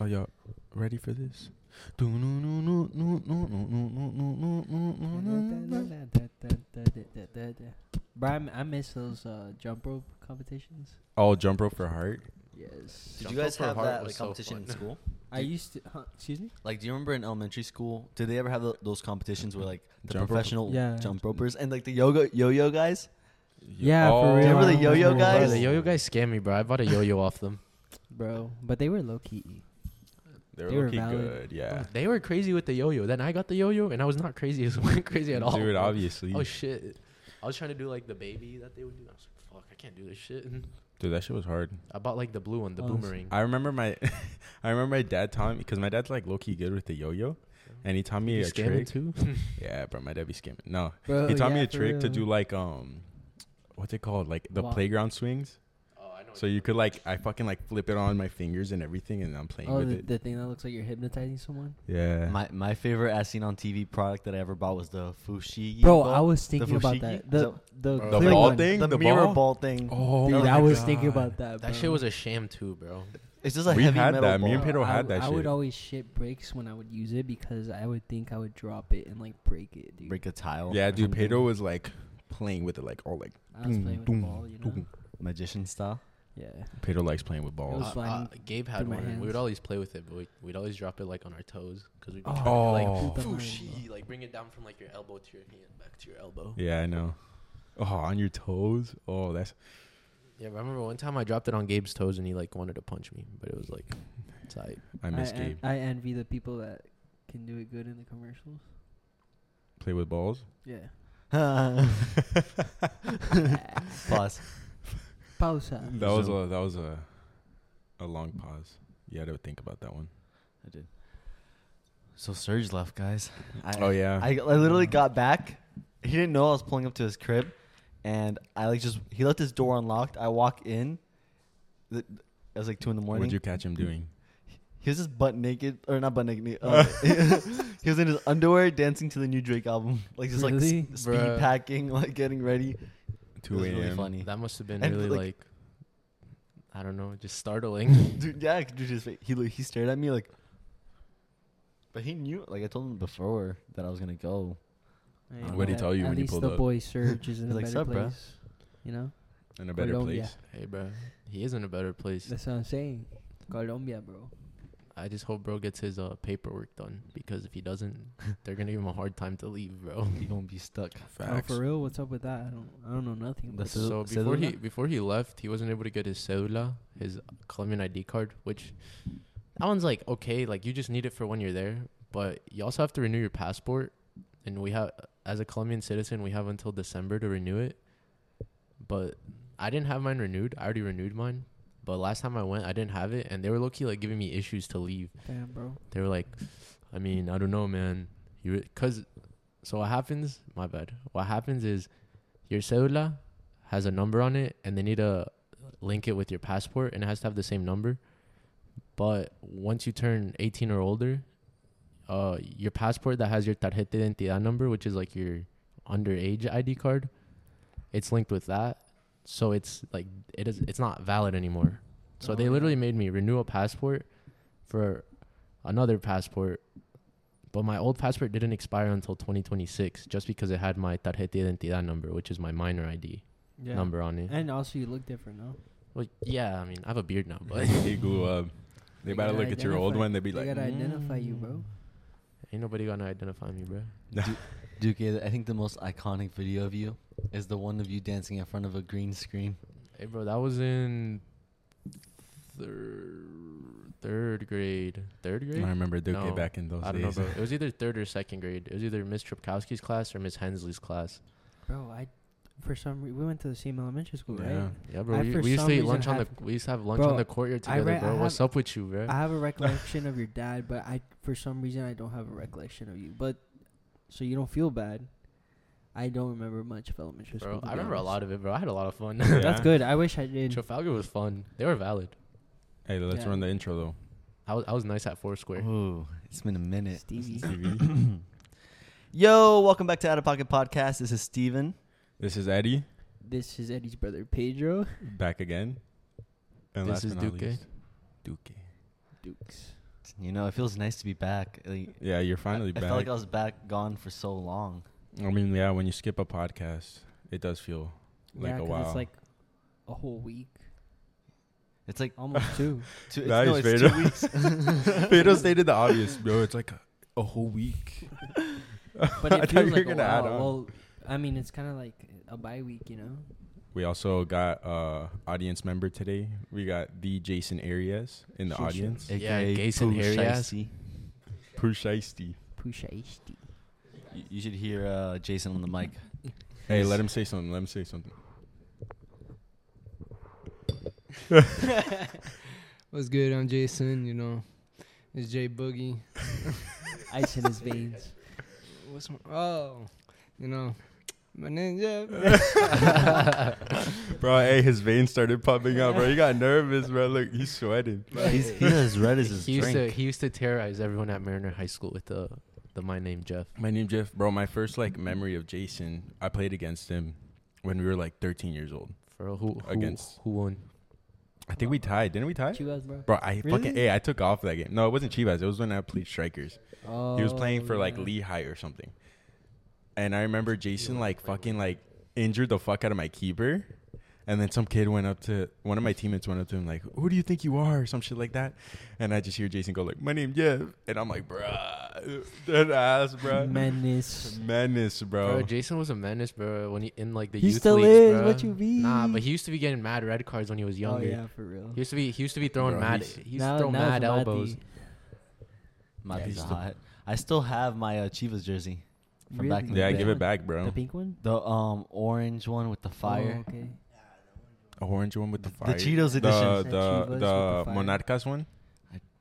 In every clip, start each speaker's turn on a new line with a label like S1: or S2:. S1: Are y'all ready for this? That
S2: Bro, I, m- I miss those uh, jump rope competitions.
S1: Oh, jump rope for heart.
S2: Yes.
S3: Did
S4: Jump
S3: you guys
S4: rope or
S3: have
S4: heart
S3: that
S4: was
S3: like,
S4: so
S3: competition in
S4: fun.
S3: school?
S2: I used to. Huh, excuse me.
S3: Like, do you remember in elementary school? Did they ever have tho- those competitions where like the
S1: Jump rope?
S3: professional
S2: Yeah.
S3: jump ropers and like the yoga yo-yo guys?
S2: Yeah, for real.
S3: Remember the yo-yo
S4: Bro,
S3: guys?
S4: the yo-yo guys scam me, bro. I bought a yo-yo off them.
S2: bro. But they were low key.
S1: They were
S2: They were
S1: looking
S2: valid.
S1: good. Yeah,
S4: They were crazy with the yo-yo. Then I got the yo-yo, and I was not crazy as crazy at all.
S1: dude.
S4: bro.
S1: Obviously,
S4: Oh shit! I was trying to do like the baby that they would do. I was like, fuck, I can't do this shit.
S1: dude, that shit was hard.
S4: I bought like the blue one, the
S2: Oh, s-
S4: boomerang.
S1: I remember my, I remember my dad taught me because my dad's like low key good with the yo-yo, and he taught me
S4: You
S1: a
S4: scamming
S1: trick.
S4: too?
S1: Yeah, bro, my dad be scamming. No,
S2: Bro,
S1: he taught me
S2: Oh, yeah,
S1: a
S2: for
S1: trick to
S2: real.
S1: do like um, what's it called? Like the
S2: Wow.
S1: playground swings.
S4: oh, I know.
S1: So you could like, I fucking like flip it on my fingers and everything, and I'm playing
S2: Oh,
S1: with
S2: the,
S1: it.
S2: the thing that looks like you're hypnotizing someone.
S1: yeah.
S3: My my favorite as seen on TV product that I ever bought was the fushigi.
S2: Bro,
S3: ball.
S2: I was
S3: The
S2: thinking about
S3: fushigi?
S2: that.
S3: Is
S2: The the,
S4: Bro,
S1: the
S2: clear
S1: ball
S2: one.
S1: thing,
S3: The,
S1: the
S3: mirror
S1: ball?
S3: ball, thing.
S1: oh,
S2: Dude,
S1: my
S2: I was
S1: God.
S2: thinking about that.
S4: that
S2: bro.
S4: shit was a sham too, bro.
S3: It's just a
S1: We
S3: heavy
S1: had
S3: metal
S1: that.
S3: ball.
S1: Me and Pedro
S2: I,
S1: had that
S2: I
S1: shit.
S2: would always shit breaks when I would use it because I would think I would drop it and like break it, dude.
S3: break a tile.
S1: Yeah,
S3: or
S1: dude,
S3: something.
S1: Pedro was like playing with it, like all like.
S2: I was
S1: doom,
S2: playing with the
S1: doom,
S2: ball, you know.
S1: doom.
S3: magician style.
S2: Yeah.
S1: Pedro likes playing with
S2: It
S1: balls.
S2: was
S4: Uh, uh,
S2: sliding
S4: Gabe
S2: through
S4: had
S2: my
S4: one. and We would
S2: hands.
S4: always play with it, but we, we'd always drop it like on our toes because we'd be
S2: Oh.
S4: trying to like
S1: Oh.
S2: Puta madre,
S4: fushigi, like bring it down from like your elbow to your hand, back to your elbow.
S1: yeah, I know. Oh, on your toes. Oh, that's
S4: Yeah, but I remember one time I dropped it on Gabe's toes and he like wanted to punch me, but it was like, it's like
S1: I miss
S2: en-
S1: Gabe.
S2: I envy the people that can do it good in the commercials.
S1: Play with balls.
S2: Yeah.
S3: Pause.
S2: Pausa.
S1: That was
S3: So-
S1: a that was a a long pause. You had to think about that one.
S3: I did. So Serge left, guys. I,
S1: Oh, yeah.
S3: I, I literally got back. He didn't know I was pulling up to his crib, and I like just he left his door unlocked. I walk in. The- It was like two in the morning.
S1: What'd you catch him doing?
S3: He was just butt naked, or not butt naked. Uh, he was in his underwear dancing to the new Drake album, like just like
S2: Really?
S3: s- speed
S4: Bruh.
S3: packing, like getting ready. It
S1: Two
S3: was
S1: a.m.
S3: really funny,
S4: that must have been
S3: And,
S4: really like,
S3: like-
S4: I don't know, just startling.
S3: dude. Yeah, dude, just he lo- he stared at me like, but he knew. Like I told him before that I was gonna go.
S2: Hey,
S3: What'd
S2: but
S3: he
S2: at-
S1: tell you
S2: at
S1: when you
S2: least
S1: pulled
S2: the
S1: up?
S2: boy Surge is in a
S3: He's like,
S2: better
S3: "Sup, bruh?"
S2: place. You know?
S1: in a better
S2: Colombia.
S1: place.
S4: hey, bro, he is in a better place.
S2: That's what I'm saying. Colombia, bro.
S4: I just hope bro gets his uh, paperwork done because if he doesn't, they're gonna give him a hard time to leave, bro.
S3: He gonna be stuck.
S2: Oh,
S1: Facts.
S2: for real? What's up with that? I don't I don't know nothing.
S3: The
S2: about
S3: Cel-
S4: So before he
S3: cedula?
S4: before he left, he wasn't able to get his cedula, his Colombian ID card, which that one's like okay, like you just need it for when you're there, but you also have to renew your passport, and we have as a Colombian citizen, we have until December to renew it. But I didn't have mine renewed. I already renewed mine, but last time I went, I didn't have it, and they were low key like giving me issues to leave.
S2: Damn, bro.
S4: They were like, I mean, I don't know, man. You because so what happens? My bad. What happens is your cedula has a number on it, and they need to link it with your passport, and it has to have the same number. But once you turn 18 or older, uh, your passport that has your tarjeta de identidad number, which is like your underage ID card, it's linked with that. So it's like it is. It's not valid anymore. So
S2: Oh,
S4: they
S2: yeah.
S4: literally made me renew a passport for another passport, but my old passport didn't expire until 2026 just because it had my tarjeta de identidad number, which is my minor ID
S2: Yeah.
S4: number on it.
S2: And also you look different, no?
S4: Well, yeah, I mean, I have a beard now, but
S1: he grew up. They
S2: You
S1: about to
S2: gotta
S1: look at your old
S2: identify-
S1: one. They be
S2: they
S1: like, "Mm."
S2: gotta identify you, bro.
S4: ain't nobody gonna identify me, bro.
S3: Duke, I think the most iconic video of you is the one of you dancing in front of a green screen.
S4: Hey, bro, that was in third third grade. Third grade?
S1: I remember Duke
S4: No,
S1: back in those
S4: I don't know,
S1: days.
S4: bro. It was either third or second grade. It was either Miss Tripkowski's class or Miss Hensley's class.
S2: Bro, I for some reason we went to the same elementary school,
S1: Yeah.
S2: right?
S4: Yeah, bro.
S2: I
S4: we,
S2: for
S4: we used
S2: some
S4: to eat
S2: reason
S4: lunch on the
S2: have-
S4: we used to have lunch
S2: Bro,
S4: on the courtyard
S2: I
S4: together,
S2: re-
S4: bro.
S2: I
S4: What's
S2: have-
S4: up with you, bro?
S2: I have a recollection of your dad, but I for some reason I don't have a recollection of you. But so you don't feel bad. I don't remember much of elementary school.
S4: Bro,
S2: to
S4: I
S2: be
S4: remember a
S2: honest.
S4: lot of it, bro. I had a lot of fun.
S1: Yeah.
S2: That's good. I wish I did.
S4: Trafalgar was fun. They were valid.
S1: Hey, let's
S2: Yeah.
S1: run the intro though.
S4: I was, I was nice at Foursquare.
S3: Ooh, it's been a minute.
S2: Stevie.
S3: Yo, welcome back to Out of Pocket Podcast. This is Steven.
S1: This is Eddie
S2: This is Eddie's brother Pedro
S1: back again. And
S4: This is
S1: but not
S4: Duque.
S1: least, Duque.
S2: Dukes.
S3: You know, it feels nice to be back. Like,
S1: Yeah, you're finally
S3: I,
S1: back.
S3: I felt like I was back gone for so long.
S1: I mean, yeah, when you skip a podcast, it does feel like
S2: yeah,
S1: a
S2: 'cause
S1: while.
S2: it's like a whole week,
S3: It's like
S2: almost two.
S3: two, it's,
S1: Nice,
S3: no, it's
S1: Vado.
S3: two weeks.
S1: Vado stated the obvious, bro. It's like a, a whole week.
S2: But
S1: I
S2: it
S1: thought
S2: feels
S1: you were
S2: like a
S1: gonna add
S2: while.
S1: on.
S2: Well, I mean, it's kind of like a bye week, you know.
S1: We also got uh audience member today. We got the Jason Arias in the
S2: Sure, sure.
S1: audience.
S4: Yeah, Gason
S3: Pooh
S4: Arias.
S3: Shiesty.
S1: Precisely.
S2: Pusha HD.
S3: You, you should hear uh, Jason on the mic.
S1: Hey, let him say something. Let him say something.
S5: What's good? I'm Jason. You know, it's Jay Boogie.
S2: Ice in his veins.
S5: What's my, oh, you know, my name yeah.
S1: Bro, hey, his veins started popping out, bro. He got nervous, bro. Look, he's sweating.
S3: He's, he's as red as his
S4: he used
S3: drink.
S4: to he used to terrorize everyone at Mariner High School with the the my name Jeff.
S1: My name Jeff, bro. My first like memory of Jason, I played against him when we were like 13 years old.
S4: For who, who
S1: Against-
S4: who won?
S1: I think we tied. Didn't we tie?
S2: Chivas, bro.
S1: Bro, I fucking
S2: Really?
S1: hey, I took off that game. No, it wasn't Chivas. It was when I played Strikers.
S2: Oh,
S1: he was playing for like
S2: yeah.
S1: Lehigh or something. And I remember Jason like fucking like injured the fuck out of my keeper. And then some kid went up to one of my teammates went up to him like, "Who do you think you are?" or some shit like that. And I just hear Jason go like, "My name Jeff," and I'm like, "Bruh, that ass, bruh,
S2: Menace.
S1: menace,
S4: Bro.
S1: bro."
S4: Jason was a menace, bro. When he in like the
S2: He
S4: youth
S2: still
S4: leagues,
S2: is,
S4: bro.
S2: what you mean?
S4: Nah, but he used to be getting mad red cards when he was
S2: Oh
S4: younger.
S2: yeah, for real.
S4: He used to be he used to be throwing
S1: Bro,
S4: mad
S1: he's-
S4: he used to throw
S2: it's
S4: mad
S2: Mati.
S4: elbows.
S3: My
S1: Yeah, he's
S3: pizza
S1: the-
S3: hot. I still have my uh, Chivas jersey. From back in the
S1: Yeah,
S3: day.
S1: give it back,
S2: The
S1: bro.
S2: pink one.
S3: The um orange one with the fire.
S2: Oh, okay.
S1: Orange one with the
S3: The
S1: fire.
S3: Cheetos
S1: the
S3: edition.
S2: The
S1: the
S2: Chivas
S1: the,
S2: with the fire.
S1: Monarcas one.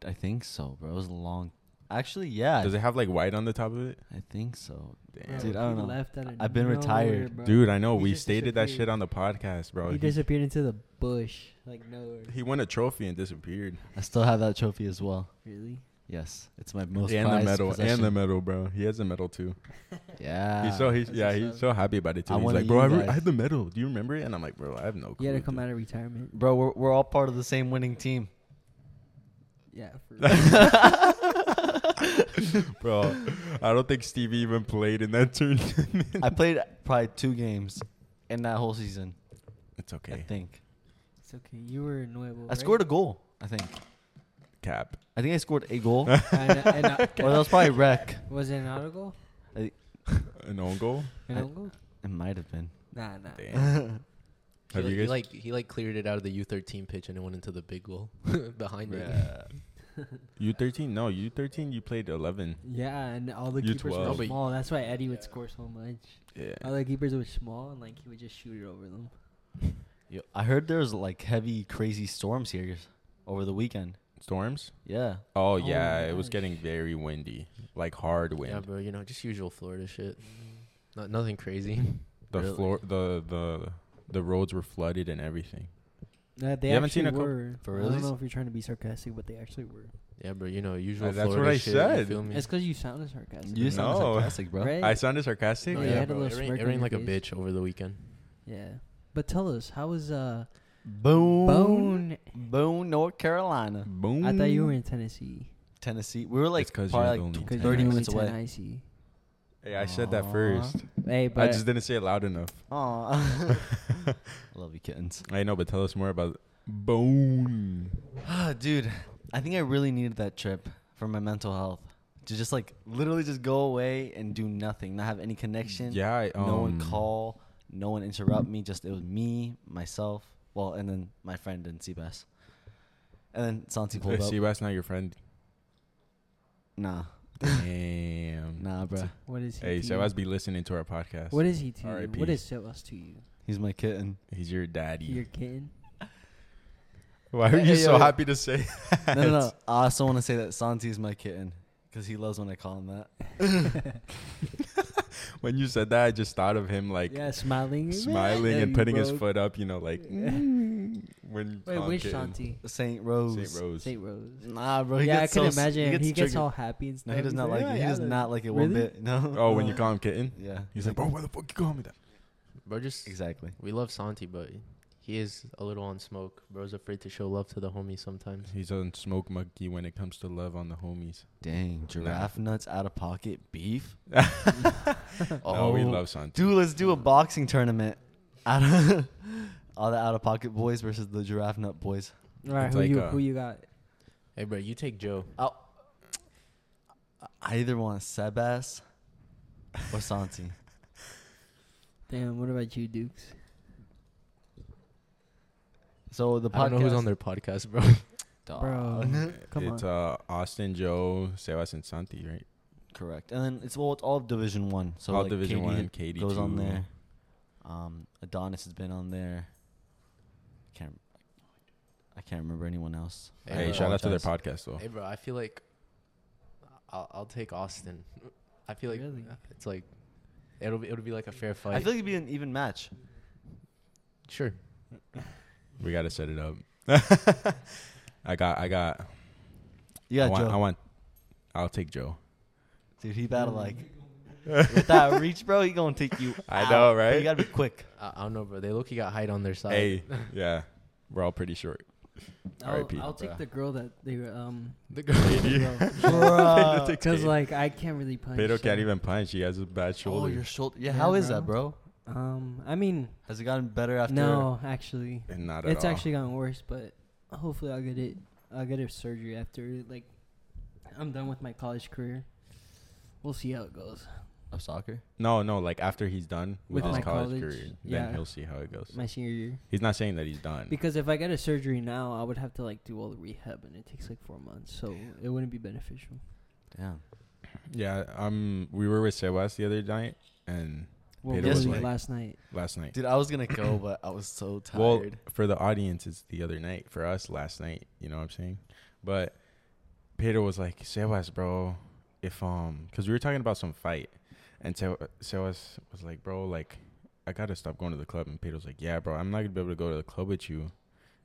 S3: I think so, bro. It was a long. Actually, yeah.
S1: Does it have like white on the top of it?
S3: I think so.
S1: Damn.
S3: Dude, I don't
S2: He
S3: know.
S2: left out of
S3: I've been
S2: nowhere,
S3: retired.
S2: bro.
S1: Dude, I know
S2: He
S1: we
S2: just
S1: stated that
S2: disappeared.
S1: shit on the podcast, bro.
S2: he
S1: He-
S2: disappeared into the bush, like nowhere.
S1: He won a trophy and disappeared.
S3: I still have that trophy as well.
S2: Really?
S3: Yes, it's my most
S1: and the
S3: prized
S1: medal, and
S3: possession. Ah,
S1: the medal, bro. He has a medal too.
S3: yeah.
S1: he's so he's
S2: that's
S1: yeah
S2: what's
S1: he's
S2: up.
S1: so happy about it too.
S3: I
S1: he's
S3: wanted
S1: like, bro, I,
S3: you
S1: re- I
S3: guys-
S1: had the medal. Do you remember it? And I'm like, bro, I have no clue.
S2: You gotta come
S1: dude."
S2: out of retirement.
S3: bro, we're we're all part of the same winning team.
S2: Yeah. For real.
S1: bro. I don't think Stevie even played in that tournament.
S3: I played probably two games in that whole season.
S1: it's
S3: I
S1: okay.
S3: think
S2: it's okay. You were nuevo.
S3: I scored a goal. I think.
S1: Cap.
S3: I think I scored a goal. or
S2: A- and, and, uh,
S3: that was probably rec.
S2: was it an auto goal?
S1: An own goal.
S2: An
S3: I-
S2: own goal?
S3: It might have been.
S2: Nah, nah.
S1: Damn.
S4: He,
S1: have
S4: like,
S1: you
S4: he
S1: guys?
S4: like he like cleared it out of the U thirteen pitch and it went into the big goal behind it.
S1: U13? No, U13. You played 11.
S2: Yeah, and all the
S1: You
S2: keepers
S1: 12.
S2: were small. That's why Eddie would score so much.
S1: Yeah.
S2: All the keepers were small, and like he would just shoot it over them.
S3: Yo, I heard there was like heavy, crazy storms here over the weekend.
S1: Storms.
S3: Yeah.
S1: Oh
S2: Oh
S1: yeah,
S2: my
S1: it was
S2: gosh.
S1: getting very windy, like hard wind.
S4: Yeah, bro, you know, just usual Florida shit. Not nothing crazy.
S1: the
S3: Really?
S1: floor, the the the roads were flooded and everything.
S2: Nah, they
S1: You haven't
S2: actually
S1: seen a couple-
S2: were.
S3: For
S2: I don't
S3: reals?
S2: know if you're trying to be sarcastic, but they actually were.
S4: Yeah, bro, you know, usual
S1: that's what
S4: Florida
S1: I
S4: shit. You
S1: said.
S4: feel me?
S2: It's because you sounded sarcastic.
S3: You sound
S1: No.
S3: sarcastic, bro.
S2: Right?
S1: I sounded sarcastic.
S2: No,
S4: Oh,
S2: you
S4: yeah,
S2: had a
S4: bro. It
S2: little smirk
S4: rained, it
S2: on
S4: rained
S2: your
S4: like a
S2: face.
S4: bitch over the weekend.
S2: yeah. But tell us, how was uh
S3: Boom.
S2: Bone?
S3: Boone, North Carolina.
S1: Boom.
S2: I thought you were in Tennessee.
S3: Tennessee. We were like
S1: 'cause you're
S3: probably
S1: the
S3: like
S1: only Ten.
S3: tw-
S2: Because
S3: 30
S2: you're
S3: minutes
S2: only
S3: away.
S2: 10 IC.
S1: Hey, I said that
S3: Aw.
S1: first.
S2: Hey,
S1: I
S2: but
S1: just didn't say it loud enough.
S3: Aw. Love you, kittens.
S1: I know, but tell us more about Bone.
S3: Ah, dude, I think I really needed that trip for my mental health. To just like literally just go away and do nothing, not have any connection.
S1: Yeah, I, um,
S3: no one call, no one interrupt me. Just it was me, myself, well, and then my friend in Seabass, and then Santi pulled up.
S1: See, that's not your friend.
S3: Nah,
S1: Damn.
S3: nah, bruh.
S2: what is he?
S1: Hey,
S2: to
S1: Sebas
S2: you?
S1: be listening to our podcast.
S2: What is he to you?
S1: R.I.P..
S2: What is Sebas to you?
S3: He's my kitten.
S1: He's your daddy.
S2: You're kidding?
S1: Why are
S3: Hey,
S1: you
S3: hey,
S1: so
S3: yo.
S1: happy to say?
S3: No, no, no. I also want to say that Santi is my kitten because he loves when I call him that.
S1: When you said that, I just thought of him like
S2: yeah, smiling.
S1: smiling
S2: Yeah,
S1: and
S2: you
S1: putting his
S2: broke.
S1: foot up, you know, like "Mm." when you
S2: Wait,
S1: call him
S2: which
S1: kitten.
S2: Shanti?
S3: Saint Rose.
S1: Saint Rose.
S2: St. Rose.
S3: Nah, bro. He
S2: yeah, I
S3: gets
S2: can
S3: so s-
S2: imagine. He gets,
S3: triggered.
S2: all happy and stuff.
S3: No, he does
S2: He's
S3: not like
S2: "Yeah,
S3: it. He
S2: yeah,
S3: does
S2: that-
S3: not like it one
S2: Really?
S3: bit. No.
S1: Oh, when you call him kitten,
S3: Yeah.
S1: he's like, bro, why the fuck you call me that?
S4: Bro, just
S3: Exactly.
S4: we love Santi, but He is a little on smoke. Bro's afraid to show love to the homie sometimes.
S1: He's on smoke monkey when it comes to love on the homies.
S3: Dang, giraffe nuts out of pocket beef.
S1: Oh, we love Santi.
S3: Dude, let's do a boxing tournament. Out of all the out of pocket boys versus the giraffe nut boys.
S2: All right,
S1: It's
S2: who
S1: like,
S2: you
S1: uh,
S2: who you got?
S4: Hey, bro, you take Joe.
S3: Oh, I either want Sebas or Santi.
S2: Damn, what about you, Dukes?
S3: So the podcast.
S4: I don't know who's on their podcast, bro.
S3: Dog.
S2: Bro. Come
S1: it's uh, Austin, Joe, Sebas, and Santi, right?
S3: Correct, and then it's well, it's all Division One. So
S1: All
S3: like,
S1: Division
S3: KD
S1: One, KD
S3: goes on
S1: two.
S3: there. Um, Adonis has been on there. Can't. I can't remember anyone else. I
S1: Hey,
S4: Yeah.
S1: shout out to their podcast
S3: apologize.
S1: though.
S4: hey, bro, I feel like I'll, I'll take Austin. I feel like
S2: Really?
S4: it's like it'll be it'll be like a fair fight.
S3: I feel like it'd be an even match.
S4: sure.
S1: We gotta set it up. I got, I got.
S3: Yeah,
S1: I want,
S3: Joe.
S1: I want. I'll take Joe.
S3: Dude, he battle like with that reach, bro. He gonna take you.
S1: I
S3: out.
S1: know,
S3: But
S1: right?
S3: You gotta be quick.
S4: I, I don't know, bro. They look he got height on their side.
S1: Hey, yeah, we're all pretty short.
S2: I'll,
S1: RIP,
S2: I'll take
S1: bruh.
S2: the girl that they were, um.
S4: The girl.
S3: Bruh.
S2: Because like I can't really punch.
S1: Pedro can't
S2: so,
S1: even punch. He has a bad
S3: Oh,
S1: shoulder.
S3: your shoulder. Yeah,
S2: Yeah,
S3: how is
S2: bro.
S3: that, bro?
S2: Um, I mean,
S3: Has it gotten better after?
S2: no, actually,
S1: And not at
S2: it's
S1: all.
S2: actually gotten worse. But hopefully, I'll get it. I'll get a surgery after. Like, I'm done with my college career. We'll see how it goes.
S3: Of soccer.
S1: no, no. Like after he's done with,
S2: With
S1: his
S2: my
S1: college,
S2: college,
S1: career,
S2: yeah.
S1: then he'll see how it goes.
S2: My senior year.
S1: He's not saying that he's done.
S2: Because if I get a surgery now, I would have to like do all the rehab, and it takes like four months, so it wouldn't be beneficial.
S3: Damn.
S1: yeah, um, we were with Sebas the other night and
S2: Well,
S1: Pedro
S3: was
S2: really,
S1: like-
S2: last night.
S1: last night.
S3: Dude, I was gonna go, but I was so tired.
S1: Well, for the audience, it's the other night. For us, last night. You know what I'm saying? But Pedro was like, "Sebas, bro, if um, because we were talking about some fight, and Se- Sebas was like, bro, like, I gotta stop going to the club." And Pedro's like, "Yeah, bro, I'm not gonna be able to go to the club with you,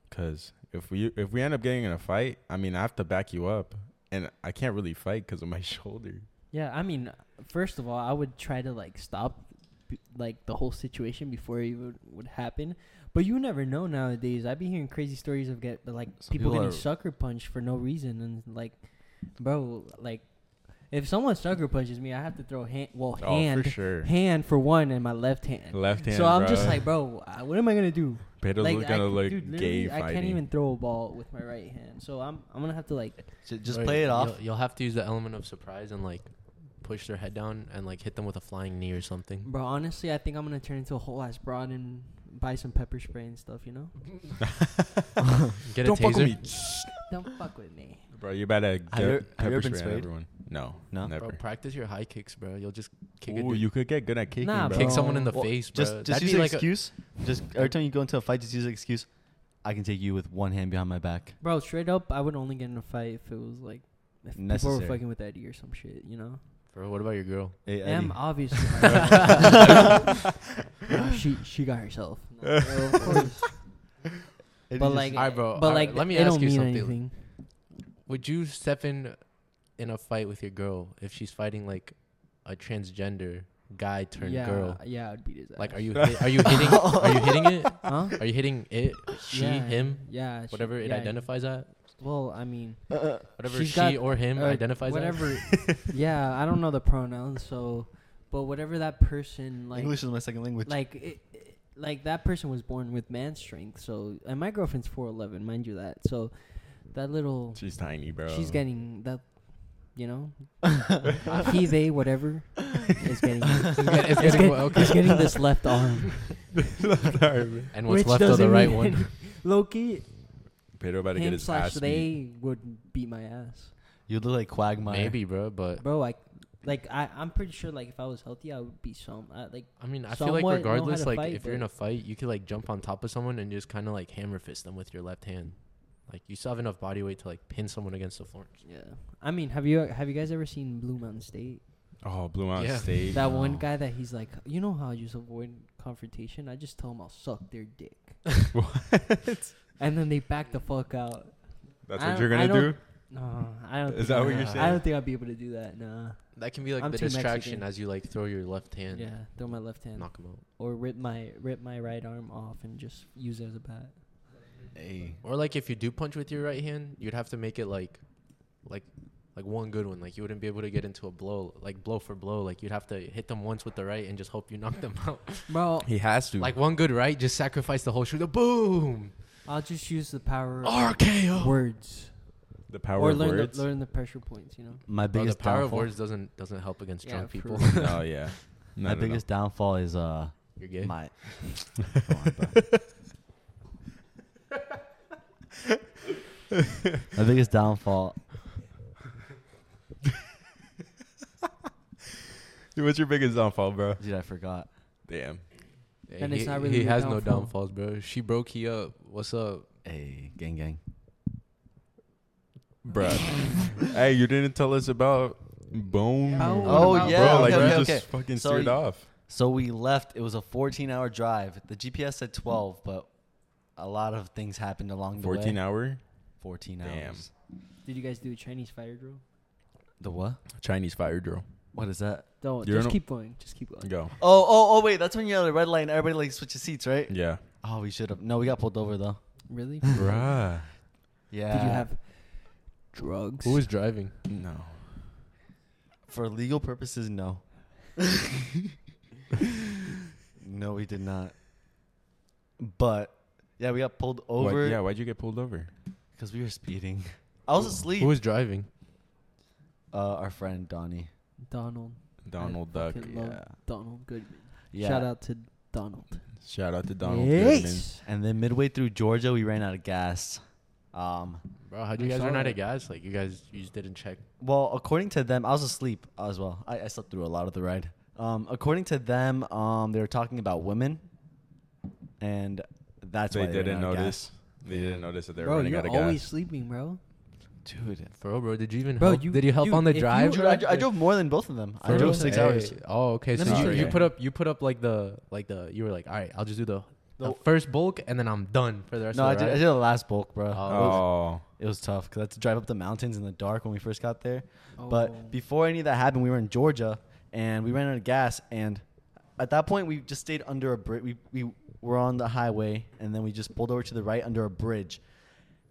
S1: because if we if we end up getting in a fight, I mean, I have to back you up, and I can't really fight because of my shoulder."
S2: Yeah, I mean, first of all, I would try to like stop b- like the whole situation before it would, would happen. But you never know nowadays. I be hearing crazy stories of get like
S3: Some
S2: people,
S3: people
S2: getting
S3: are-
S2: sucker punched for no reason and like bro, like if someone sucker punches me, I have to throw hand well
S1: oh, for
S2: hand
S1: sure.
S2: hand for one and my left hand.
S1: Left hand.
S2: so I'm
S1: bro.
S2: just like, bro, I- what am I gonna do?
S1: Pedro's
S2: like,
S1: gonna
S2: I,
S1: look
S2: dude,
S1: gay
S2: literally,
S1: fighting.
S2: I can't even throw a ball with my right hand. So I'm I'm gonna have to like
S3: Ju- just
S4: Bro,
S3: play it off.
S4: You'll, you'll have to use the element of surprise and like push their head down and like hit them with a flying knee or something.
S2: Bro, honestly, I think I'm gonna turn into a whole ass broad and buy some pepper spray and stuff. You know,
S4: Get
S1: Don't
S4: a
S1: fuck with
S4: taser.
S1: me.
S2: don't fuck with me.
S1: Bro, you better get
S3: Have you ever- have you
S1: pepper
S3: ever
S1: spray
S3: been
S1: on
S3: sprayed?
S1: everyone. No,
S3: No?
S1: never.
S4: Bro, practice your high kicks, bro. You'll just kick a
S1: Ooh,
S4: dude-
S1: you could get good at kicking,
S2: Nah,
S1: bro.
S4: kick someone in the
S2: bro.
S3: Well,
S4: face, bro.
S3: Just, just
S4: That'd
S3: use
S4: be
S3: an
S4: like a-
S3: excuse. just every time you go into a fight, just use an excuse. I can take you with one hand behind my back.
S2: Bro, straight up, I would only get in a fight if it was like if people
S3: Necessary.
S2: were fucking with Eddie or some shit. You know,
S4: Bro, what about your girl?
S3: Hey,
S2: am
S3: Eddie.
S2: obviously. No, she she got herself. No, bro, of course.
S3: Eddie
S2: but
S3: just-
S2: like,
S4: Alright, bro,
S2: but
S4: alright,
S2: like,
S4: let me
S2: it
S4: ask
S2: don't
S4: you
S2: mean
S4: something.
S2: Anything.
S4: Would you step in in a fight with your girl if she's fighting like a transgender guy turned
S2: yeah,
S4: girl?
S2: yeah, I'd beat his ass.
S4: Like, are you hit, are you hitting are you hitting it?
S2: Huh?
S4: Are you hitting it? She,
S2: Yeah,
S4: him,
S2: Yeah. she-
S4: whatever it
S2: yeah,
S4: identifies at,
S2: Well, I mean,
S4: whatever
S2: She's
S4: she
S2: got,
S4: or him
S2: or
S4: identifies at.
S2: whatever. yeah, I don't know the pronouns, so but whatever that person like
S3: English is my second language.
S2: like it, it- like that person was born with man strength. So and my girlfriend's 4'11, mind you that. So that little
S1: She's tiny, bro.
S2: she's getting that you know, he, they, whatever, is getting, is
S4: It's get- it's
S2: get-
S4: getting- okay.
S2: is getting this left arm.
S4: And what's
S2: which
S4: left of the
S2: doesn't
S4: right
S2: mean
S4: one?
S2: any- Loki,
S1: Pedro about to get
S2: him
S1: his ass
S2: slash
S1: beat.
S2: they would beat my ass.
S3: you look like Quagmire.
S4: Maybe, bro. But
S2: Bro, like, like I, I'm pretty sure, like, if I was healthy, I would be some, I, like,
S4: I mean, I feel
S2: Somewhat know
S4: like
S2: how
S4: regardless,
S2: to
S4: like
S2: fight,
S4: if you're in
S2: but-
S4: a fight, you could like jump on top of someone and just kind of like hammer fist them with your left hand. Like you still have enough body weight to like pin someone against the floor.
S2: Yeah, I mean, have you have you guys ever seen Blue Mountain State?
S1: Oh, Blue Mountain
S4: Yeah.
S1: State.
S2: That
S3: No.
S2: one guy that he's like, you know how I just avoid confrontation? I just tell him I'll suck their dick. what? And then they back the fuck out.
S1: That's
S2: I
S1: what you're
S2: don't- I
S1: gonna do.
S2: don't- No, I don't.
S1: Is
S2: think
S1: that
S2: I-
S1: what you're
S2: I
S1: saying?
S2: don't think I'd be able to do that. Nah.
S4: That can be like
S2: I'm
S4: the
S2: too
S4: distraction
S2: Mexican.
S4: as you like throw your left hand,
S2: Yeah, throw my left hand
S4: knock him out,
S2: or rip my rip my right arm off and just use it as a bat.
S3: Hey.
S4: or like if you do punch with your right hand, you'd have to make it like, like, like one good one. Like you wouldn't be able to get into a blow, like blow for blow. Like you'd have to hit them once with the right and just hope you knock them out.
S2: Bro,
S1: He has to.
S4: Like one good right, just sacrifice the whole shooter. Boom,
S2: I'll just use the power of
S4: RKO.
S2: words
S1: the power
S2: or
S1: of
S2: learn
S1: words.
S2: the, learn the pressure points. You know.
S3: My
S4: Bro, the
S3: biggest
S4: power of
S3: downfall-
S4: words doesn't doesn't help against
S2: Yeah,
S4: drunk
S2: true.
S4: people.
S1: oh yeah. No,
S3: my
S1: no, no.
S3: biggest downfall is uh
S4: You're gay.
S3: my my biggest downfall.
S1: Dude, what's your biggest downfall, bro?
S3: Dude, I forgot.
S1: Damn.
S4: Hey,
S2: And it's
S4: he,
S2: not really
S4: he
S2: a
S4: has no
S2: downfall.
S4: downfalls, bro. She broke he up. What's up?
S3: Hey, gang, gang.
S1: Bruh. hey, you didn't tell us about bone.
S2: Oh,
S3: Oh,
S1: bro,
S3: yeah,
S1: like
S3: okay,
S1: you
S3: okay,
S1: just
S3: okay.
S1: fucking
S3: So
S1: steered
S3: you-
S1: off.
S3: So we left. It was a 14-hour drive. The GPS said 12, but a lot of things happened along the way.
S1: Fourteen hour
S3: 14
S1: Damn.
S3: hours.
S2: Did you guys do a Chinese fire drill?
S3: The what?
S1: Chinese fire drill.
S3: What is that?
S2: Don't.
S1: You're
S2: just
S1: no-
S2: keep going. Just keep going.
S1: Go.
S3: Oh, oh, oh! Wait, that's when you're at the red light and everybody like switches seats, right?
S1: Yeah.
S3: Oh, we should have. No, we got pulled over though.
S2: Really?
S1: Bruh.
S3: Yeah.
S2: Did you
S1: Uh,
S2: have drugs?
S4: Who was driving?
S1: No.
S3: For legal purposes, no. no, we did not. But yeah, we got pulled
S1: Why, yeah,
S3: over
S1: why'd you get pulled over?
S3: because we were speeding. I was
S4: Who
S3: asleep.
S4: was driving?
S3: uh, our friend Donnie.
S2: Donald.
S1: Donald
S2: I
S1: Duck.
S2: fucking love
S1: Yeah.
S2: Donald Goodman.
S3: Yeah.
S2: Shout out to Donald.
S1: Shout out to Donald Goodman.
S2: Yes.
S3: And then midway through Georgia, we ran out of gas. Um,
S4: Bro, how'd
S2: I
S4: you guys
S2: saw
S4: run out
S2: that.
S4: of gas? Like you guys, you just didn't check.
S3: well, according to them, I was asleep as well. I, I slept through a lot of the ride. Um, according to them, um, they were talking about women, and that's
S1: They
S3: why
S1: didn't
S3: ran out of
S1: notice.
S3: gas.
S1: They didn't notice that they were
S2: Bro,
S1: running
S2: you're
S1: out of
S2: always
S1: gas.
S2: sleeping, bro.
S3: Dude,
S4: Bro, bro, did you even
S2: Bro,
S4: help?
S2: you-
S4: did you help
S2: dude,
S4: on the
S2: if you-
S4: drive?
S3: Dude, I, dro- I drove more than both of them. I
S4: For
S3: drove
S4: real?
S3: six
S1: Hey.
S3: hours.
S4: Oh, okay.
S3: No,
S4: So
S3: no,
S4: you,
S1: no,
S4: you
S1: yeah.
S4: put up, you put up like the, like the, you were like, all right, I'll just do the, the first bulk and then I'm done for the rest
S3: No, I
S4: of the
S3: did, I
S4: ride.
S3: did the last bulk, bro.
S4: Oh.
S1: Oh.
S3: It was tough because I had to drive up the mountains in the dark when we first got there.
S2: Oh.
S3: But before any of that happened, we were in Georgia and we ran out of gas. And at that point, we just stayed under a bridge. We, we were on the highway and then we just pulled over to the right under a bridge.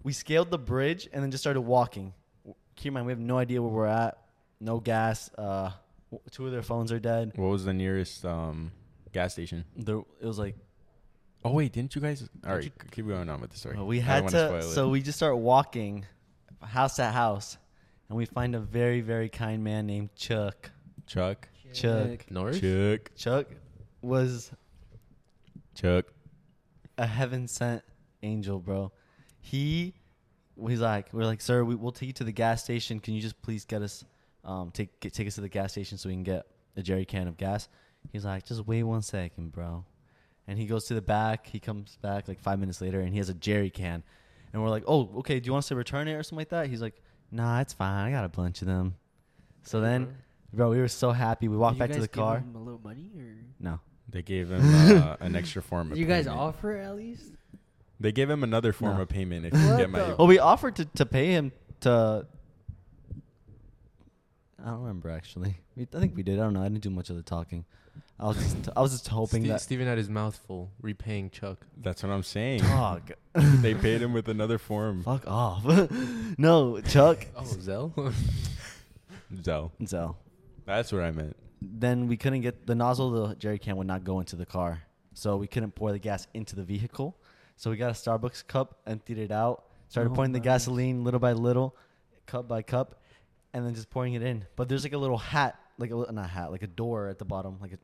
S3: We scaled the bridge and then just started walking. W- Keep in mind, we have no idea where we're at. No gas. Uh, w- two of their phones are dead.
S1: What was the nearest um, gas station?
S3: There, it was like
S1: Oh wait, didn't you guys? All right, keep going on with the story.
S3: Well, we
S1: I don't
S3: had
S1: wanna
S3: to,
S1: spoil it.
S3: so we just start walking, house to house, and we find a very, very kind man named Chuck.
S1: Chuck,
S3: Chuck.
S4: North?
S1: Chuck,
S3: Chuck was
S1: Chuck.
S3: a heaven sent angel, bro. He was like, we're like, sir, we, we'll take you to the gas station. Can you just please get us, um, take get, take us to the gas station so we can get a jerry can of gas? He's like, just wait one second, bro. And he goes to the back. He comes back like five minutes later, and he has a jerry can. And we're like, oh, okay. Do you want us to return it or something like that? He's like, nah, it's fine. I got a bunch of them. So then, bro, we were so happy. We walked
S2: Did you
S3: back to
S2: guys
S3: the
S2: give
S3: car.
S2: him a little money, or
S3: No,
S1: They gave him uh, an extra form. of
S2: you guys
S1: payment.
S2: offer at least?
S1: They gave him another form
S3: No.
S1: of payment. If you can
S2: What
S1: get my, Oh,
S2: the-
S3: Well, we offered to, to pay him to. I don't remember actually. We, I think we did. I don't know. I didn't do much of the talking. I was just, I was just hoping
S4: Ste-
S3: that
S4: Steven had his mouth full, repaying Chuck.
S1: that's what I'm saying.
S3: dog.
S1: they paid him with another form.
S3: Fuck off. no, Chuck.
S4: Oh, Zell?
S1: So
S3: So
S1: that's what I meant.
S3: then we couldn't get the nozzle. of The jerry can would not go into the car, so we couldn't pour the gas into the vehicle. So we got a Starbucks cup, emptied it out, started
S2: Oh,
S3: pouring the
S2: nice.
S3: gasoline little by little, cup by cup, and then just pouring it in. But there's like a little hat, like a li- not hat, like a door at the bottom, like a,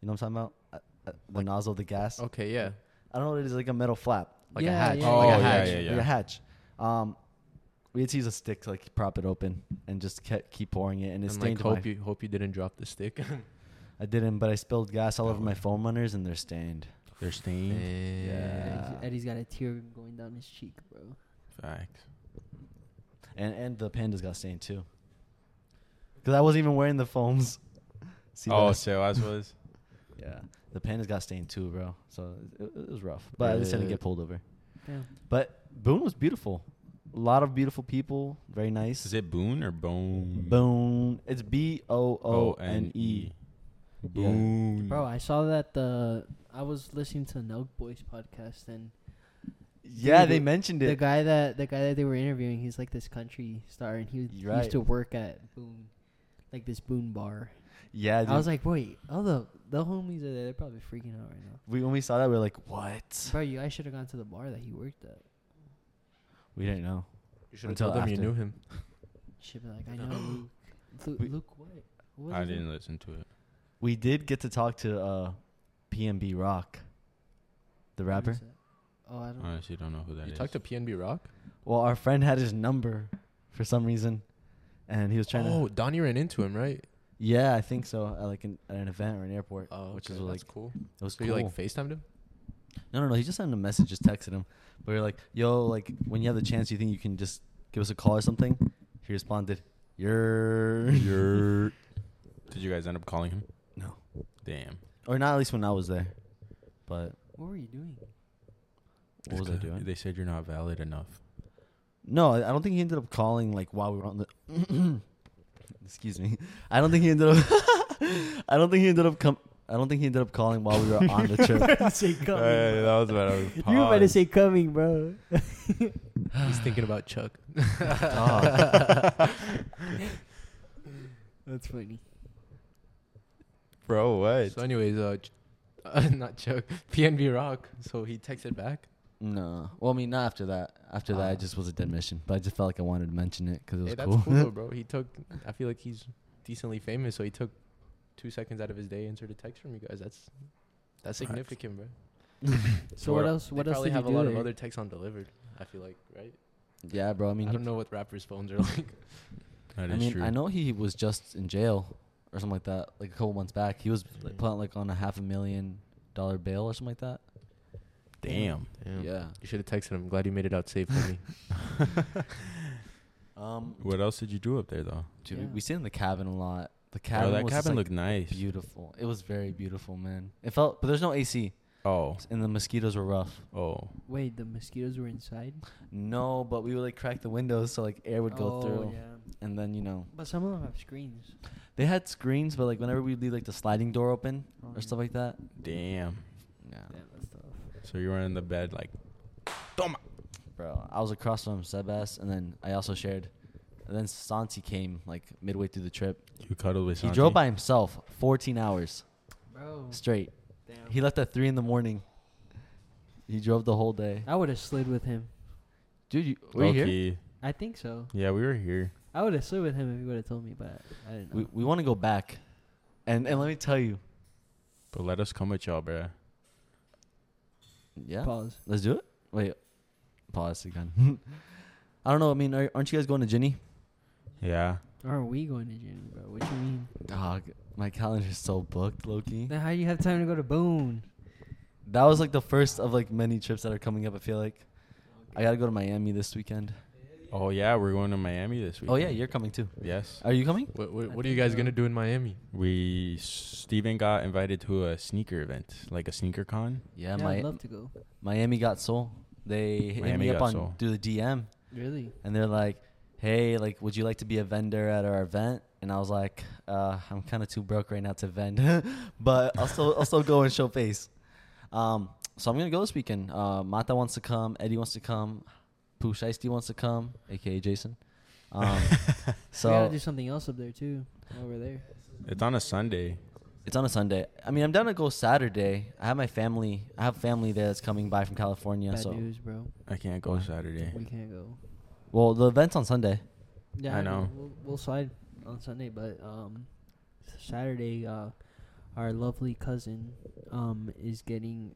S3: you know what I'm talking about? Uh, uh, the nozzle of the gas.
S4: okay, yeah.
S3: I don't know what it is, like a metal flap,
S4: Oh. Like a
S2: Yeah,
S4: hatch.
S2: yeah,
S4: like
S1: Oh,
S4: a
S1: yeah,
S4: hatch.
S1: yeah, yeah.
S3: like a hatch. Um, we had to use a stick to like prop it open and just kept, keep pouring it, and it
S4: And like,
S3: stained my.
S4: hope you, hope you didn't drop the stick.
S3: I didn't, but I spilled gas all over my foam runners, and they're stained.
S1: They're stained.
S4: yeah.
S3: Mm. Yeah.
S2: Eddie's, Eddie's got a tear going down his cheek, bro.
S1: Facts.
S3: And and the pandas got stained too. Because I wasn't even wearing the foams. See
S1: oh,
S3: that?
S1: so as was.
S3: yeah. The pandas got stained too, bro. So it, it was rough. But at least I didn't
S4: Yeah.
S3: get pulled over.
S2: Damn.
S3: But Boone was beautiful. A lot of beautiful people. Very nice.
S1: Is it E? Boone or Bone?
S3: Boone. It's B O O N E.
S1: Boone.
S2: Bro, I saw that the I was listening to Nelk Boys podcast and
S3: Yeah,
S2: Dude,
S3: they mentioned
S2: the
S3: it.
S2: guy that the guy that they were interviewing, he's like this country star and he, was, he
S3: Right.
S2: used to work at Boone, like this Boone bar.
S3: Yeah, dude.
S2: I was like, wait, all the the homies are there. They're probably freaking out right now.
S3: we when we saw that, we were like, what?
S2: Bro, you guys should have gone to the bar that he worked at.
S3: We didn't know.
S4: You should have
S3: Until
S4: told them you
S3: after.
S4: knew him.
S2: Should be like, I know Luke. Luke,
S3: We-
S2: Luke what? what
S1: I
S2: is it?
S1: didn't listen to it.
S3: We did get to talk to uh, PMB Rock, the
S2: What
S3: rapper.
S2: is it? Oh, I don't. know.
S1: Honestly, don't know who that is.
S4: You talked to PNB Rock?
S3: Well, our friend had his number for some reason, and he was trying
S4: oh,
S3: to.
S4: Donnie ran into him, right?
S3: Yeah, I think so. At like an, at an event or an airport,
S4: Oh,
S3: which
S4: okay,
S3: is like
S4: that's cool.
S3: it was
S4: So you
S3: cool.
S4: like FaceTimed him?
S3: no, no, no. He just sent him a message, just texted him. But we are like, yo, like when you have the chance, you think you can just give us a call or something? He responded, "You're
S1: Yer. Did you guys end up calling him?
S3: no,"
S1: Damn.
S3: or not at least when I was there. But
S2: What were you doing?
S3: what was I doing?
S1: They said you're not valid enough.
S3: No, I I don't think he ended up calling like while we were on the. Excuse me. I don't think he ended up. I don't think he ended up com- I don't think he ended up calling while we were on the trip.
S2: say coming.
S1: Hey,
S2: bro.
S1: was what I was.
S2: you were about to say coming, bro.
S4: He's thinking about Chuck.
S3: Dog.
S2: That's funny.
S1: bro. What?
S4: so, anyways, uh, Ch- uh, not Chuck, PNB Rock. So he texted back.
S3: No. Well, I mean, not after that. After that,
S4: Ah.
S3: it just was a dead mission. But I just felt like I wanted to mention it because it was
S4: hey,
S3: cool.
S4: that's cool, though, bro. He took. I feel like he's decently famous, so he took two seconds out of his day and answered a text from you guys. That's
S1: Facts.
S4: that's significant, bro.
S2: So what
S4: Or
S2: else? What
S4: they
S2: else
S4: probably
S2: did
S4: have
S2: you do
S4: a lot of
S2: there?
S4: other texts undelivered. I feel like, right?
S3: yeah, bro. I
S4: I,
S3: mean,
S4: don't know what rappers' phones are like.
S1: That
S3: he, I
S1: is
S3: mean,
S1: true.
S3: I know he was just in jail or something like that, like a couple months back. He was like, put out, like on a half a million dollar bail or something like that.
S1: Damn.
S3: Yeah.
S4: You should have texted him. Glad you made it out safe, homie.
S3: Um,
S1: What else did you do up there though?
S3: dude,
S2: Yeah.
S3: we stayed in the cabin a lot. The cabin.
S1: Oh, that
S3: was just,
S1: cabin
S3: like,
S1: looked nice.
S3: beautiful. It was very beautiful, man. It felt, but there's no AC,
S1: Oh,
S3: and the mosquitoes were rough.
S1: oh.
S2: Wait, the mosquitoes were inside.
S3: No, but we would like crack the windows so like air would go
S2: oh,
S3: through,
S2: Yeah.
S3: and then you know
S2: But some of them have screens.
S3: they had screens, but like whenever we leave like the sliding door open
S2: Oh,
S3: or
S2: yeah.
S3: stuff like that.
S1: Damn.
S3: Yeah,
S2: Yeah, that's tough.
S1: So you were in the bed like,
S3: bro, I was across from Sebas, and then I also shared. And then Santi came like midway through the trip.
S1: you cuddled with.
S3: He
S1: Santi?
S3: drove by himself 14 hours
S2: Bro,
S3: straight.
S2: damn.
S3: He left at three in the morning. He drove the whole day.
S2: I would have slid with him.
S3: Dude, you, were you here?
S1: Low-key.
S2: I think so.
S1: Yeah, we were here.
S2: I would have slid with him if he would have told me, but I didn't know.
S3: We, we want to go back, and and let me tell you,
S1: But let us come with y'all, bruh.
S3: yeah.
S2: Pause.
S3: Let's do it. Wait, pause again. I don't know. I mean, are, aren't you guys going to Ginny?
S1: Yeah.
S2: Aren't we going to gym, bro? What you mean?
S3: Dog, my calendar's so booked, Loki.
S2: Then how do you have time to go to Boone?
S3: That was like the first of like many trips that are coming up. I feel like I gotta go to Miami this weekend.
S1: Oh yeah, we're going to Miami this week.
S3: Oh yeah, you're coming too.
S1: Yes.
S3: Are you coming?
S4: what
S2: I
S4: what, what are you
S2: think
S4: guys
S2: so.
S4: gonna do in Miami?
S1: We Steven got invited to a sneaker event, like a sneaker con.
S3: Yeah,
S2: yeah,
S3: Mi-
S2: I'd love to go.
S3: Miami got soul. They hit
S1: Miami
S3: me up
S1: Got
S3: on
S1: Soul.
S3: through the DM,
S2: Really?
S3: and they're like, "Hey, like, would you like to be a vendor at our event?" And I was like, uh, "I'm kind of too broke right now to vend, but I'll still, I'll still go and show face." Um, so I'm gonna go this weekend. Uh, Mata wants to come. Eddie wants to come. Pooh Shiesty wants to come, aka Jason. Um,
S2: we gotta
S3: so
S2: do something else up there too. Over there.
S1: It's on a Sunday.
S3: it's on a Sunday. I mean, I'm down to go Saturday. I have my family. I have family there that's coming by from California.
S2: Bad
S3: so
S2: news, bro.
S1: I can't go
S3: Why?
S1: Saturday.
S2: We can't go.
S3: well, the event's on Sunday.
S2: Yeah,
S1: I
S2: mean,
S1: know.
S2: We'll, we'll slide on Sunday, but um, Saturday, uh, our lovely cousin um is getting.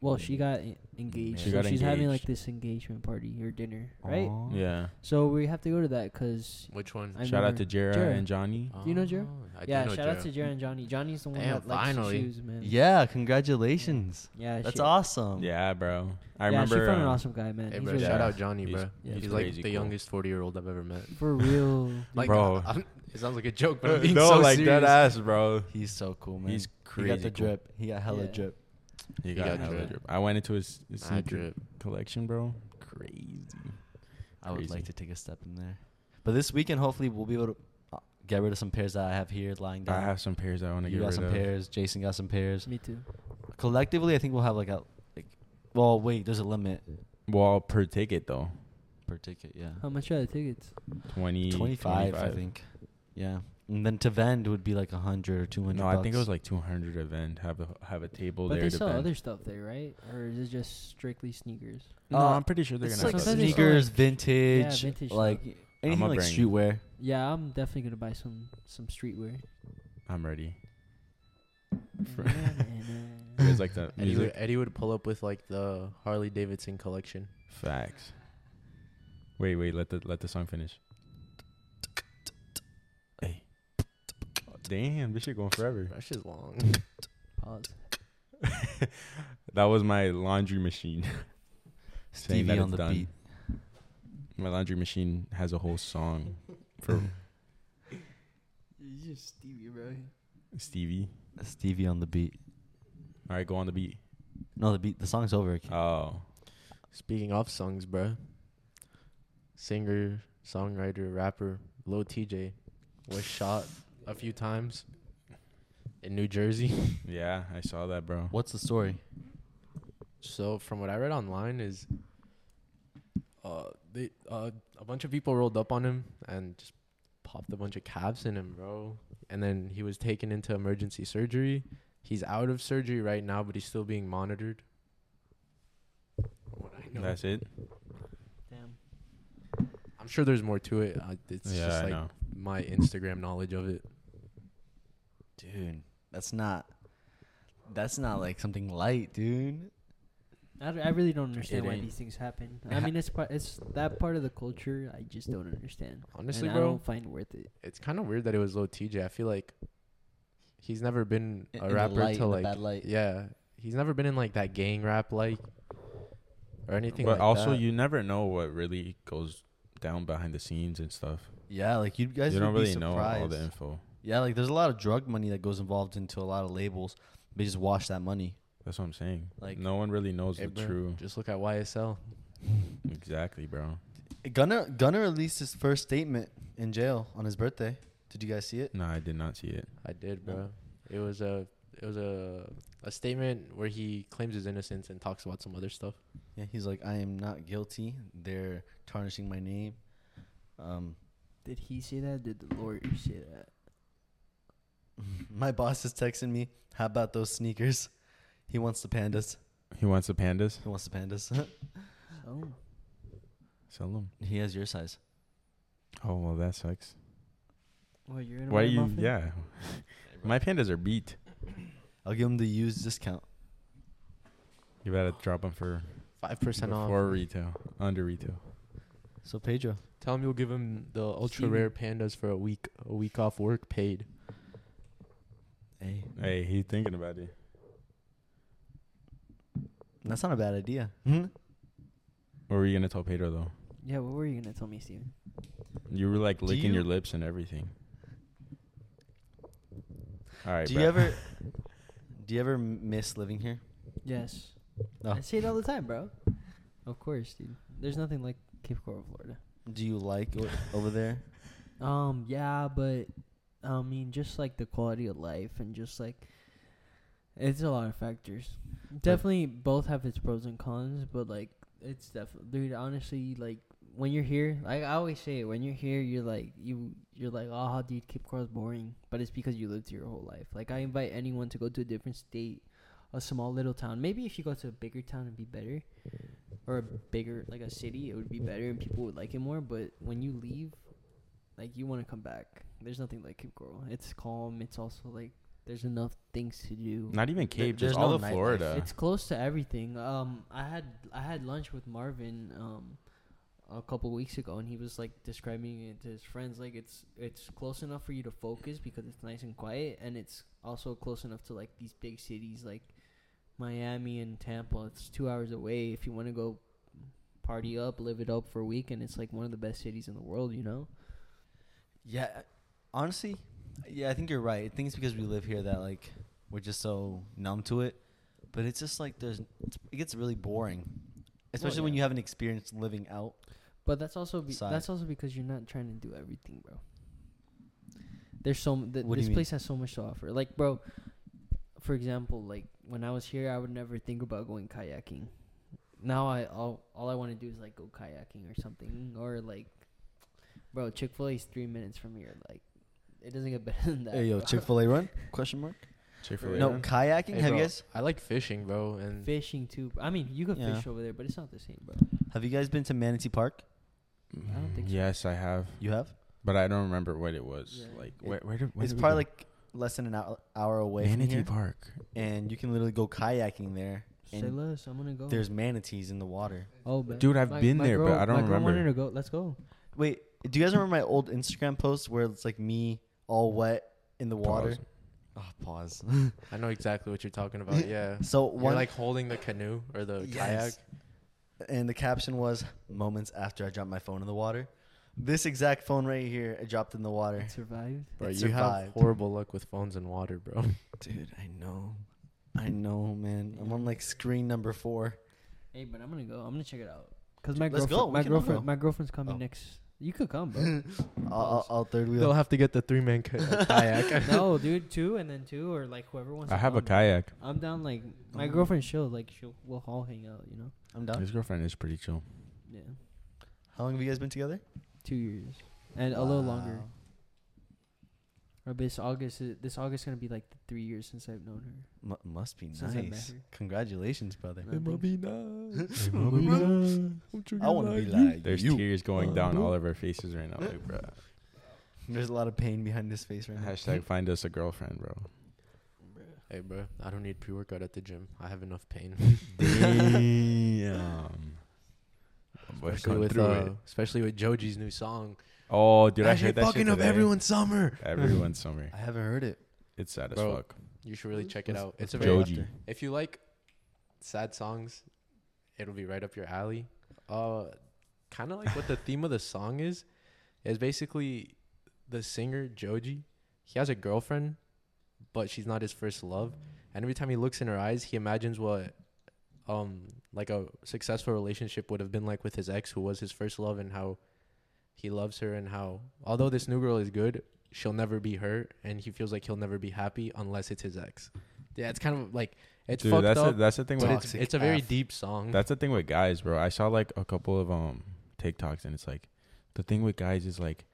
S2: Well, she got e- engaged.
S1: She
S2: so
S1: got
S2: she's having like
S1: engaged.
S2: this engagement party or dinner, right?
S3: Aw.
S1: Yeah.
S2: So we have to go to that because.
S4: Which one?
S2: I
S1: Shout out to
S2: remember-
S1: Jera,
S2: Jera.
S1: and Johnny.
S2: Do you know Jer?
S4: Oh, I do
S2: yeah,
S4: know
S2: shout out
S4: Jer.
S2: to Jaron and Johnny. Johnny's the one
S4: Damn,
S2: that likes
S4: finally.
S2: shoes, man.
S3: Yeah, congratulations.
S2: yeah,
S3: That's
S2: she-
S3: awesome.
S1: Yeah, bro. I
S2: yeah,
S1: remember.
S2: she found an
S1: uh,
S2: awesome guy, man.
S4: Hey,
S2: He's
S4: bro,
S2: really
S4: shout
S1: Yeah.
S4: out Johnny,
S1: He's-
S4: bro.
S2: yeah,
S4: He's
S1: he's
S4: like
S1: crazy
S4: the
S1: cool.
S4: youngest 40 year old I've ever met.
S2: nice. for real.
S4: Like,
S1: Bro.
S4: I- I'm- it sounds like a joke, but
S1: Uh,
S4: I'm being
S1: no,
S4: so
S1: like
S4: serious.
S1: dead ass, bro.
S3: He's so cool, man.
S1: He's
S3: he
S1: crazy.
S3: got the
S1: cool.
S3: drip. He got hella
S2: Yeah.
S3: drip.
S1: You
S4: He
S1: got,
S4: got
S1: hella
S4: drip.
S1: drip. I went into his, his
S4: Nah,
S1: sneaker
S4: drip.
S1: collection, bro. Crazy.
S3: I would
S1: Crazy.
S3: like to take a step in there. But this weekend, hopefully, we'll be able to uh, get rid of some pairs that I have here lying down.
S1: I have some pairs I want to
S3: you
S1: get
S3: got
S1: rid
S3: some
S1: of.
S3: pairs. Jason got some pairs.
S2: Me too.
S3: Collectively, I think we'll have like a like. Well, wait, there's a limit
S1: Well, per ticket though,
S3: per ticket. Yeah,
S2: How much are the tickets?
S1: 20,
S3: 25,
S1: 25.
S3: I think. Yeah, and then to vend would be like a hundred or two hundred.
S1: No, I think it was like two hundred event. Have a have a table
S2: but
S1: there.
S2: they
S1: to
S2: sell
S1: vend.
S2: other stuff there, right? Or is it just strictly sneakers?
S1: No,
S3: Uh,
S1: I'm pretty sure they're
S3: It's
S1: gonna.
S3: like
S1: have
S2: sometimes they
S1: sneakers.
S2: sell, like-
S3: sneakers, vintage,
S2: vintage stuff.
S3: like anything
S1: I'ma
S3: like
S1: bring-
S3: streetwear.
S2: Yeah, I'm definitely gonna buy some some streetwear.
S1: I'm ready. For-
S2: Na-na-na.
S1: It's like the
S4: Eddie would,
S1: music
S4: Eddie would pull up with like the Harley Davidson collection.
S1: facts. Wait, wait. Let the let the song finish. Hey. Damn, this shit going forever.
S4: That shit's long.
S2: Pause.
S1: That was my laundry machine. Saying that
S3: Stevie on
S1: it's
S3: the
S1: done.
S3: beat.
S1: My laundry machine has a whole song for
S2: You're Stevie, bro.
S1: Stevie.
S3: Stevie on the beat.
S1: All right, go on the beat.
S3: No, the beat. The song's over. Akeem.
S1: Oh,
S4: Speaking of songs, bruh. Singer, songwriter, rapper Lil TJ was shot a few times in New Jersey.
S1: yeah, I saw that, bro.
S3: What's the story?
S4: So from what I read online is uh they uh a bunch of people rolled up on him and just popped a bunch of caps in him, bro. And then he was taken into emergency surgery. He's out of surgery right now, but he's still being monitored. From What I know.
S1: That's it.
S2: Damn.
S4: I'm sure there's more to it. Uh, it's
S1: yeah,
S4: just
S1: I
S4: like
S1: know.
S4: my Instagram knowledge of it.
S3: Dude, that's not. That's not like something light, dude.
S2: I, d- I really don't understand
S4: It
S2: why
S4: ain't.
S2: these things happen.
S4: It
S2: I
S4: ha-
S2: mean, it's part, it's that part of the culture. I just don't understand.
S4: Honestly,
S2: and I
S4: bro,
S2: don't find worth it.
S4: it's kind of weird that it was low TJ. I feel like he's never been
S3: In-
S4: a
S3: in the
S4: rapper
S3: light, in
S4: to
S3: the
S4: like
S3: bad light.
S4: yeah, he's never been in like that gang rap like or anything.
S1: But
S4: like
S1: also,
S4: that.
S1: you never know what really goes down behind the scenes and stuff.
S3: Yeah, like you guys
S1: you don't
S3: would be
S1: really know all
S3: surprised.
S1: the info.
S3: Yeah, like there's a lot of drug money that goes involved into a lot of labels. They just wash that money.
S1: That's what I'm saying.
S3: Like-
S1: Like no one really knows
S4: Hey,
S1: the
S4: bro,
S1: true.
S4: Just look at YSL.
S1: Exactly, bro.
S3: Gunner Gunner released his first statement in jail on his birthday. Did you guys see it?
S1: No, I did not see it.
S4: I did,
S3: No.
S4: bro. It was a it was a a statement where he claims his innocence and talks about some other stuff.
S3: Yeah, he's like, I am not guilty. They're tarnishing my name. Um,
S2: Did he say that? Did the lawyers say that?
S3: my boss is texting me. How about those sneakers? He wants the pandas.
S1: He wants the pandas.
S3: He wants the pandas.
S2: So
S1: Sell them.
S3: he has your size.
S1: Oh well, that sucks.
S2: well, you're gonna
S1: Why
S2: buy a
S1: you?
S2: muffin?
S1: Yeah, my pandas are beat.
S3: I'll give him the used discount.
S1: You better drop them for
S4: Five percent off.
S1: before retail, under retail.
S3: So Pedro,
S4: Tell him you'll give him the ultra
S2: Steven.
S4: rare pandas for a week a week off work paid.
S3: hey,
S1: Hey, he thinking about it.
S3: that's not a bad idea. Hmm?
S1: What were you gonna tell Pedro though?
S2: Yeah. What were you gonna tell me, Steven?
S1: You were like
S3: Do
S1: licking your
S3: you-
S1: lips and everything. All right.
S3: do
S1: bro.
S3: you ever, do you ever miss living here?
S2: Yes.
S1: Oh.
S3: No.
S2: I say it all the time, bro. Of course, dude. There's nothing like Cape Coral, Florida.
S3: Do you like o- over there?
S2: Um, yeah, but I mean, just like the quality of life and just like it's a lot of factors. Definitely, both have its pros and cons, but like it's definitely, dude. Honestly, like when you're here, like I always say, it, when you're here, you're like you you're like, oh, dude, Cape Coral's boring, but it's because you lived here your whole life. Like I invite anyone to go to a different state, a small little town. Maybe if you go to a bigger town, it'd be better. Or a bigger, like a city, it would be better and people would like it more. But when you leave, like you want to come back. There's nothing like Cape Coral. It's calm. It's also like there's enough things to do.
S1: Not even Cape,
S3: there's
S1: just all
S3: no
S1: of
S3: nightlife.
S1: Florida.
S2: It's close to everything. Um, I had I had lunch with Marvin um a couple weeks ago, and he was like describing it to his friends. Like it's it's close enough for you to focus because it's nice and quiet, and it's also close enough to like these big cities like Miami and Tampa. It's two hours away if you want to go party up, live it up for a week, and it's like one of the best cities in the world. You know.
S3: Yeah, honestly, yeah, I think you're right. I think it's because we live here that like we're just so numb to it. But it's just like there's, it's, it gets really boring, especially when
S2: yeah.
S3: you haven't experienced living out.
S2: But that's also be-
S3: Side.
S2: that's also because you're not trying to do everything, bro. There's so m- th-
S3: What do
S2: this
S3: you mean?
S2: place has so much to offer. Like, bro, for example, like when I was here, I would never think about going kayaking. Now I all all I want to do is like go kayaking or something or like, bro, Chick Fil A is three minutes from here. Like, it doesn't get better than that.
S3: Hey yo,
S2: bro.
S3: Chick Fil A run? Question mark?
S1: Chick-fil-A.
S3: No,
S1: man.
S3: kayaking.
S4: Hey,
S3: have
S4: bro,
S3: you guys
S4: I like fishing, bro, and
S2: Fishing too. I mean, you can
S3: Yeah.
S2: fish over there, but it's not the same, bro.
S3: have you guys been to Manatee Park?
S2: I don't think so.
S1: Yes, I have,
S3: You have.
S1: but I don't remember what it was.
S2: Yeah.
S1: Like
S3: It-
S1: where? Where did? Where
S3: it's
S1: did we
S3: probably
S1: go?
S3: like less than an hour, hour away from
S1: Manatee
S3: here,
S1: Park.
S3: and you can literally go kayaking there.
S2: Say
S3: And
S2: less. I'm gonna go.
S3: there's manatees in the water.
S2: oh, but
S1: Dude, I've
S2: my-
S1: been
S2: my
S1: there, but
S2: girl-
S1: I don't
S2: my girl
S1: remember.
S2: wanted to go. Let's go.
S3: Wait, do you guys remember my old Instagram post where it's like me all wet in the water?
S1: Pause.
S3: Oh, pause.
S4: I know exactly what you're talking about. Yeah,
S3: so
S4: you're
S3: one
S4: like holding the canoe or the kayak.
S3: Yes. and the caption was moments after I dropped my phone in the water. This exact phone right here, I dropped in the water.
S2: Survived.
S4: Bro,
S3: It
S4: you have
S3: survived.
S4: horrible luck with phones and water, bro.
S3: Dude, I know. I know, man. I'm on like screen number four.
S2: Hey, but I'm gonna go. I'm gonna check it out. Cause my
S3: Let's
S2: girlfriend,
S3: go. We
S2: my
S3: can all
S2: girlfriend,
S3: go.
S2: my girlfriend's coming
S3: Oh.
S2: next. You could come, bro.
S3: I'll, I'll, I'll third wheel.
S4: have to get the three man kayak.
S2: no, dude, two and then two or like whoever wants.
S1: I
S2: to
S1: have a
S2: come.
S1: kayak.
S2: I'm down. Like my
S3: Oh.
S2: girlfriend, she'll like she'll we'll all hang out. You know.
S3: I'm done.
S1: His girlfriend is pretty chill.
S2: Yeah.
S3: How long have you guys been together?
S2: Two years and a little longer.
S3: Wow.
S2: Or this August, is- this August is gonna be like the three years since I've known her.
S3: Mu must be
S2: Since I met
S3: nice.
S2: her.
S3: Congratulations, brother.
S2: It might
S4: be
S3: I want to be like
S1: There's
S3: you.
S1: tears going down
S4: Uh,
S1: all of our faces right now. Like, bro.
S3: There's a lot of pain behind this face right now.
S1: Hashtag find us a girlfriend, bro.
S4: Hey, bro, I don't need pre workout at the gym. I have enough pain.
S1: Damn. Boy,
S4: especially,
S1: come
S4: with,
S1: through
S4: uh,
S1: it.
S4: especially with Joji's new song.
S1: Oh, dude, I
S4: shit
S1: heard that shit today.
S4: summer.
S1: Everyone's summer.
S3: I haven't heard it.
S1: It's sad as
S4: Bro,
S1: fuck.
S4: You should really check it
S3: Let's-
S4: out.
S3: let's
S4: It's a
S3: go
S4: very
S1: Joji.
S3: after.
S4: if you like sad songs, it'll be right up your alley. Uh kind of like what the theme of the song is is basically the singer Joji, he has a girlfriend, but she's not his first love. And every time he looks in her eyes, he imagines what um like a successful relationship would have been like with his ex who was his first love and how he loves her and how although this new girl is good, she'll never be her and he feels like he'll never be happy unless it's his ex. Yeah, it's kind of like it's
S1: Dude,
S4: fucked
S1: that's
S4: up.
S1: a, that's the thing
S4: But
S1: with
S4: it's,
S3: Toxic
S4: it's a very
S3: F.
S4: deep
S2: Mm-hmm.
S4: song.
S1: That's the thing with guys, bro. I saw like a couple of um TikToks, and it's like the thing with guys is like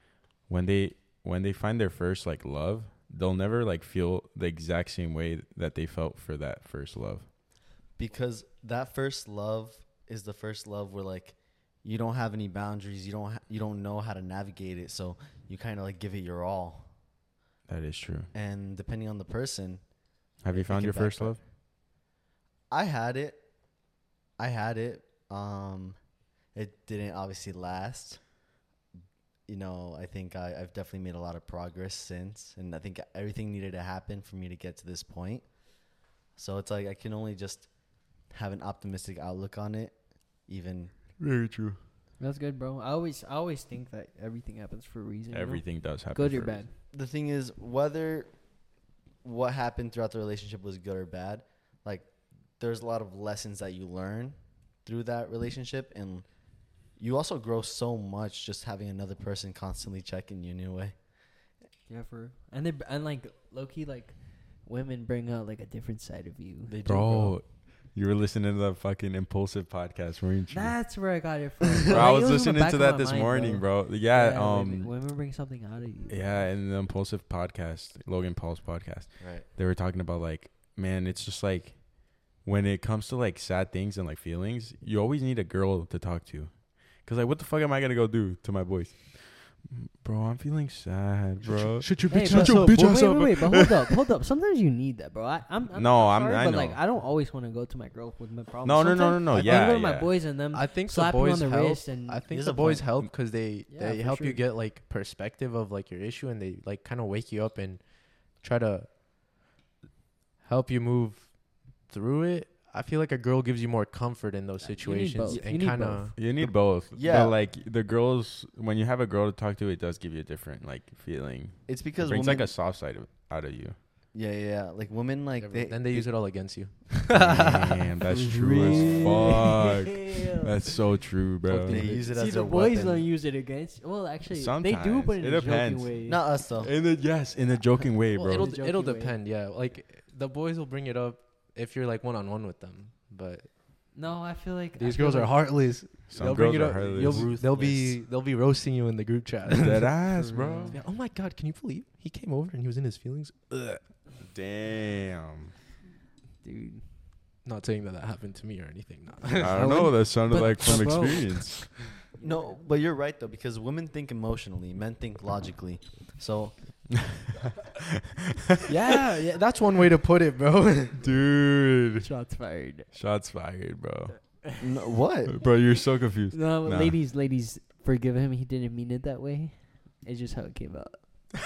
S1: when they when they find their first like love, they'll never like feel the exact same way that they felt for that first love.
S3: because that first love is the first love where like you don't have any boundaries you don't ha- you don't know how to navigate it so you kind of like give it your all
S1: That is true.
S3: and depending on the person
S1: Have you
S3: It
S1: found
S3: can
S1: your first
S3: backfire.
S1: love?
S3: i had it i had it um it didn't obviously last you know i think I, i've definitely made a lot of progress since and i think everything needed to happen for me to get to this point so it's like i can only just have an optimistic outlook on it even
S4: very true.
S2: That's good, bro. I always I always think that everything happens for a reason. you know?
S1: Everything does happen.
S2: good or
S1: for a
S2: bad.
S3: the thing is whether what happened throughout the relationship was good or bad like there's a lot of lessons that you learn through that relationship and you also grow so much just having another person constantly checking you in a way
S2: Yeah, for real. and they and like Loki like women bring out like a different side of you.
S3: they
S1: bro. You were listening to that fucking impulsive podcast, weren't you?
S2: That's where I got it from.
S1: bro, I
S2: Like, it
S1: was
S2: in the
S1: listening
S2: back
S1: to
S2: of
S1: that
S2: my
S1: this
S2: mind,
S1: morning, bro. Yeah,
S2: women,
S1: um,
S2: women bring something out of you.
S1: yeah, in the impulsive podcast, Logan Paul's podcast,
S3: right
S1: they were talking about like, man, it's just like when it comes to like sad things and like feelings, you always need a girl to talk to, cause like, what the fuck am I gonna go do to my boys, bro? I'm feeling sad, bro.
S4: Shut your
S2: Hey, but,
S1: your bitch
S2: but
S1: ass
S2: wait,
S1: up.
S2: wait, wait, but hold up, hold up. Sometimes you need that, bro. I, I'm, I'm
S1: No, I'm-
S2: sorry,
S1: I
S2: but like
S1: know.
S2: I don't always want to go to my girl with my problems.
S1: No, no, no, no,
S2: Sometimes
S1: no.
S2: I
S1: Yeah,
S2: go to my
S1: yeah.
S2: boys and them.
S4: I think the
S2: slap you on
S4: boys
S2: the
S4: help.
S2: wrist and-
S4: I think
S3: There's
S4: the
S3: a
S4: boys
S3: point.
S4: help because they
S2: Yeah,
S4: they
S2: for
S4: help
S2: sure.
S4: you get like perspective of like your issue and they like kind of wake you up and try to help you move through it. I feel like a girl gives you more comfort in those
S2: You need
S4: situations
S2: both. You
S4: and
S2: need
S4: kind
S2: both.
S4: of
S1: You need both.
S3: Yeah.
S1: but like the girls, when you have a girl to talk to, it does give you a different like feeling.
S3: it's
S1: It
S3: because
S1: brings
S3: women,
S1: like a soft side of, out of you.
S3: Yeah, yeah, yeah. Like women, like they,
S4: then they use it all against you.
S1: Damn, that's true as fuck.
S2: Damn.
S1: That's so true, bro.
S3: they use it
S2: See,
S3: as
S2: the
S3: a
S2: boys
S3: weapon.
S2: don't use it against. Well, actually, they do,
S1: Sometimes.
S2: but in
S1: It
S2: a
S1: depends.
S2: joking way.
S3: Not us though.
S1: In the yes, in a joking way,
S4: Well,
S1: bro.
S4: it'll
S2: In a
S4: it'll
S2: joking way.
S4: depend. Yeah, like the boys will bring it up if you're like one on one with them, but
S2: No, I feel like I
S4: these
S2: feel
S4: girls are
S2: like-
S4: heartless.
S1: Some
S4: they'll
S1: girls
S4: bring it
S1: are
S4: up.
S1: heartless.
S4: You'll, they'll be they'll be roasting you in the group chat.
S1: that ass,
S5: For
S1: bro.
S5: real.
S4: Yeah, oh my god, can you believe he came over and he was in his feelings?
S1: Damn.
S2: Dude,
S4: Not saying that that happened to me or anything. no.
S1: I don't know. That sounded
S3: But-
S1: like from
S3: but bro.
S1: experience.
S3: No, but you're right though because women think emotionally, men think logically. So
S4: yeah, yeah, that's one way to put it, bro.
S1: Dude.
S2: shots fired.
S1: Shots fired, bro.
S3: no, what?
S1: Bro, you're so confused.
S2: No,
S1: Nah.
S2: ladies, ladies, forgive him. He didn't mean it that way. It's just how it came out.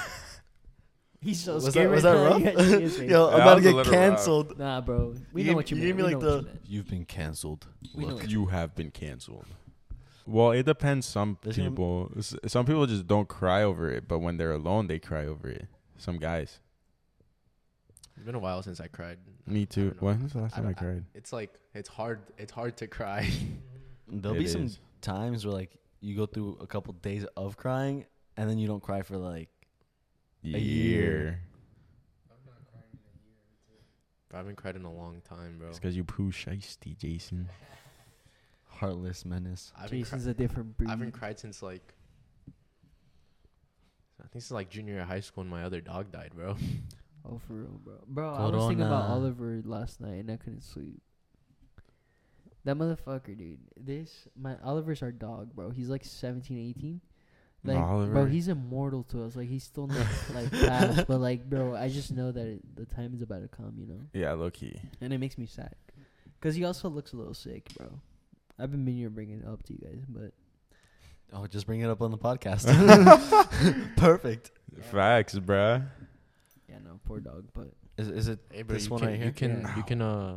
S2: He's so
S3: was that
S2: scared.
S3: was that
S2: right now.
S3: rough?
S2: You guys see his face.
S3: Yo, I'm
S1: That
S3: about to
S1: was a
S3: get
S1: little rough.
S3: canceled.
S2: Nah, bro. We
S3: You
S2: know
S3: gave-
S2: what you
S3: you
S2: mean.
S3: gave me,
S2: we
S3: like,
S2: know what
S3: the-
S2: you meant.
S3: You've been canceled.
S2: We know what
S1: You have been canceled. Well, it depends. Some
S3: There's gonna-
S1: people, s- some people just don't cry over it, but when they're alone, they cry over it. Some guys.
S4: It's been a while since I cried.
S1: Me too.
S4: too. don't know.
S1: When was the last
S4: I
S1: time I,
S4: don't- I-
S1: cried?
S4: It's like it's hard. It's hard to cry.
S3: There'll
S1: It
S3: be some
S1: is.
S3: times where like you go through a couple days of crying and then you don't cry for like
S1: year.
S3: A year.
S4: I haven't cried in a long time, bro.
S1: It's because you poo shiesty, Jason.
S3: heartless menace.
S4: I haven't, cri-
S2: Jason's a different breed.
S4: I haven't cried since like I think it's like junior year of high school when my other dog died, bro.
S2: Oh, for real, bro. Bro, I was thinking about
S3: Corona.
S2: Oliver last night and I couldn't sleep. That motherfucker, dude. This my Oliver's our dog, bro. He's like 17, 18. Like, bro,
S1: Oliver.
S2: he's immortal to us. Like, he's still not like past, but like, bro, I just know that it, the time is about to come, you know.
S1: Yeah, low key.
S2: And it makes me sad, cause he also looks a little sick, bro. I've been meaning to bring it up to you guys, but
S3: Oh, just bring it up on the podcast. Perfect.
S1: Facts, bruh.
S2: yeah, no, poor dog. But
S3: Is, is it
S4: Hey,
S3: this
S4: you
S3: one
S4: can,
S3: right
S4: You
S3: here?
S4: can
S2: Yeah.
S4: you can uh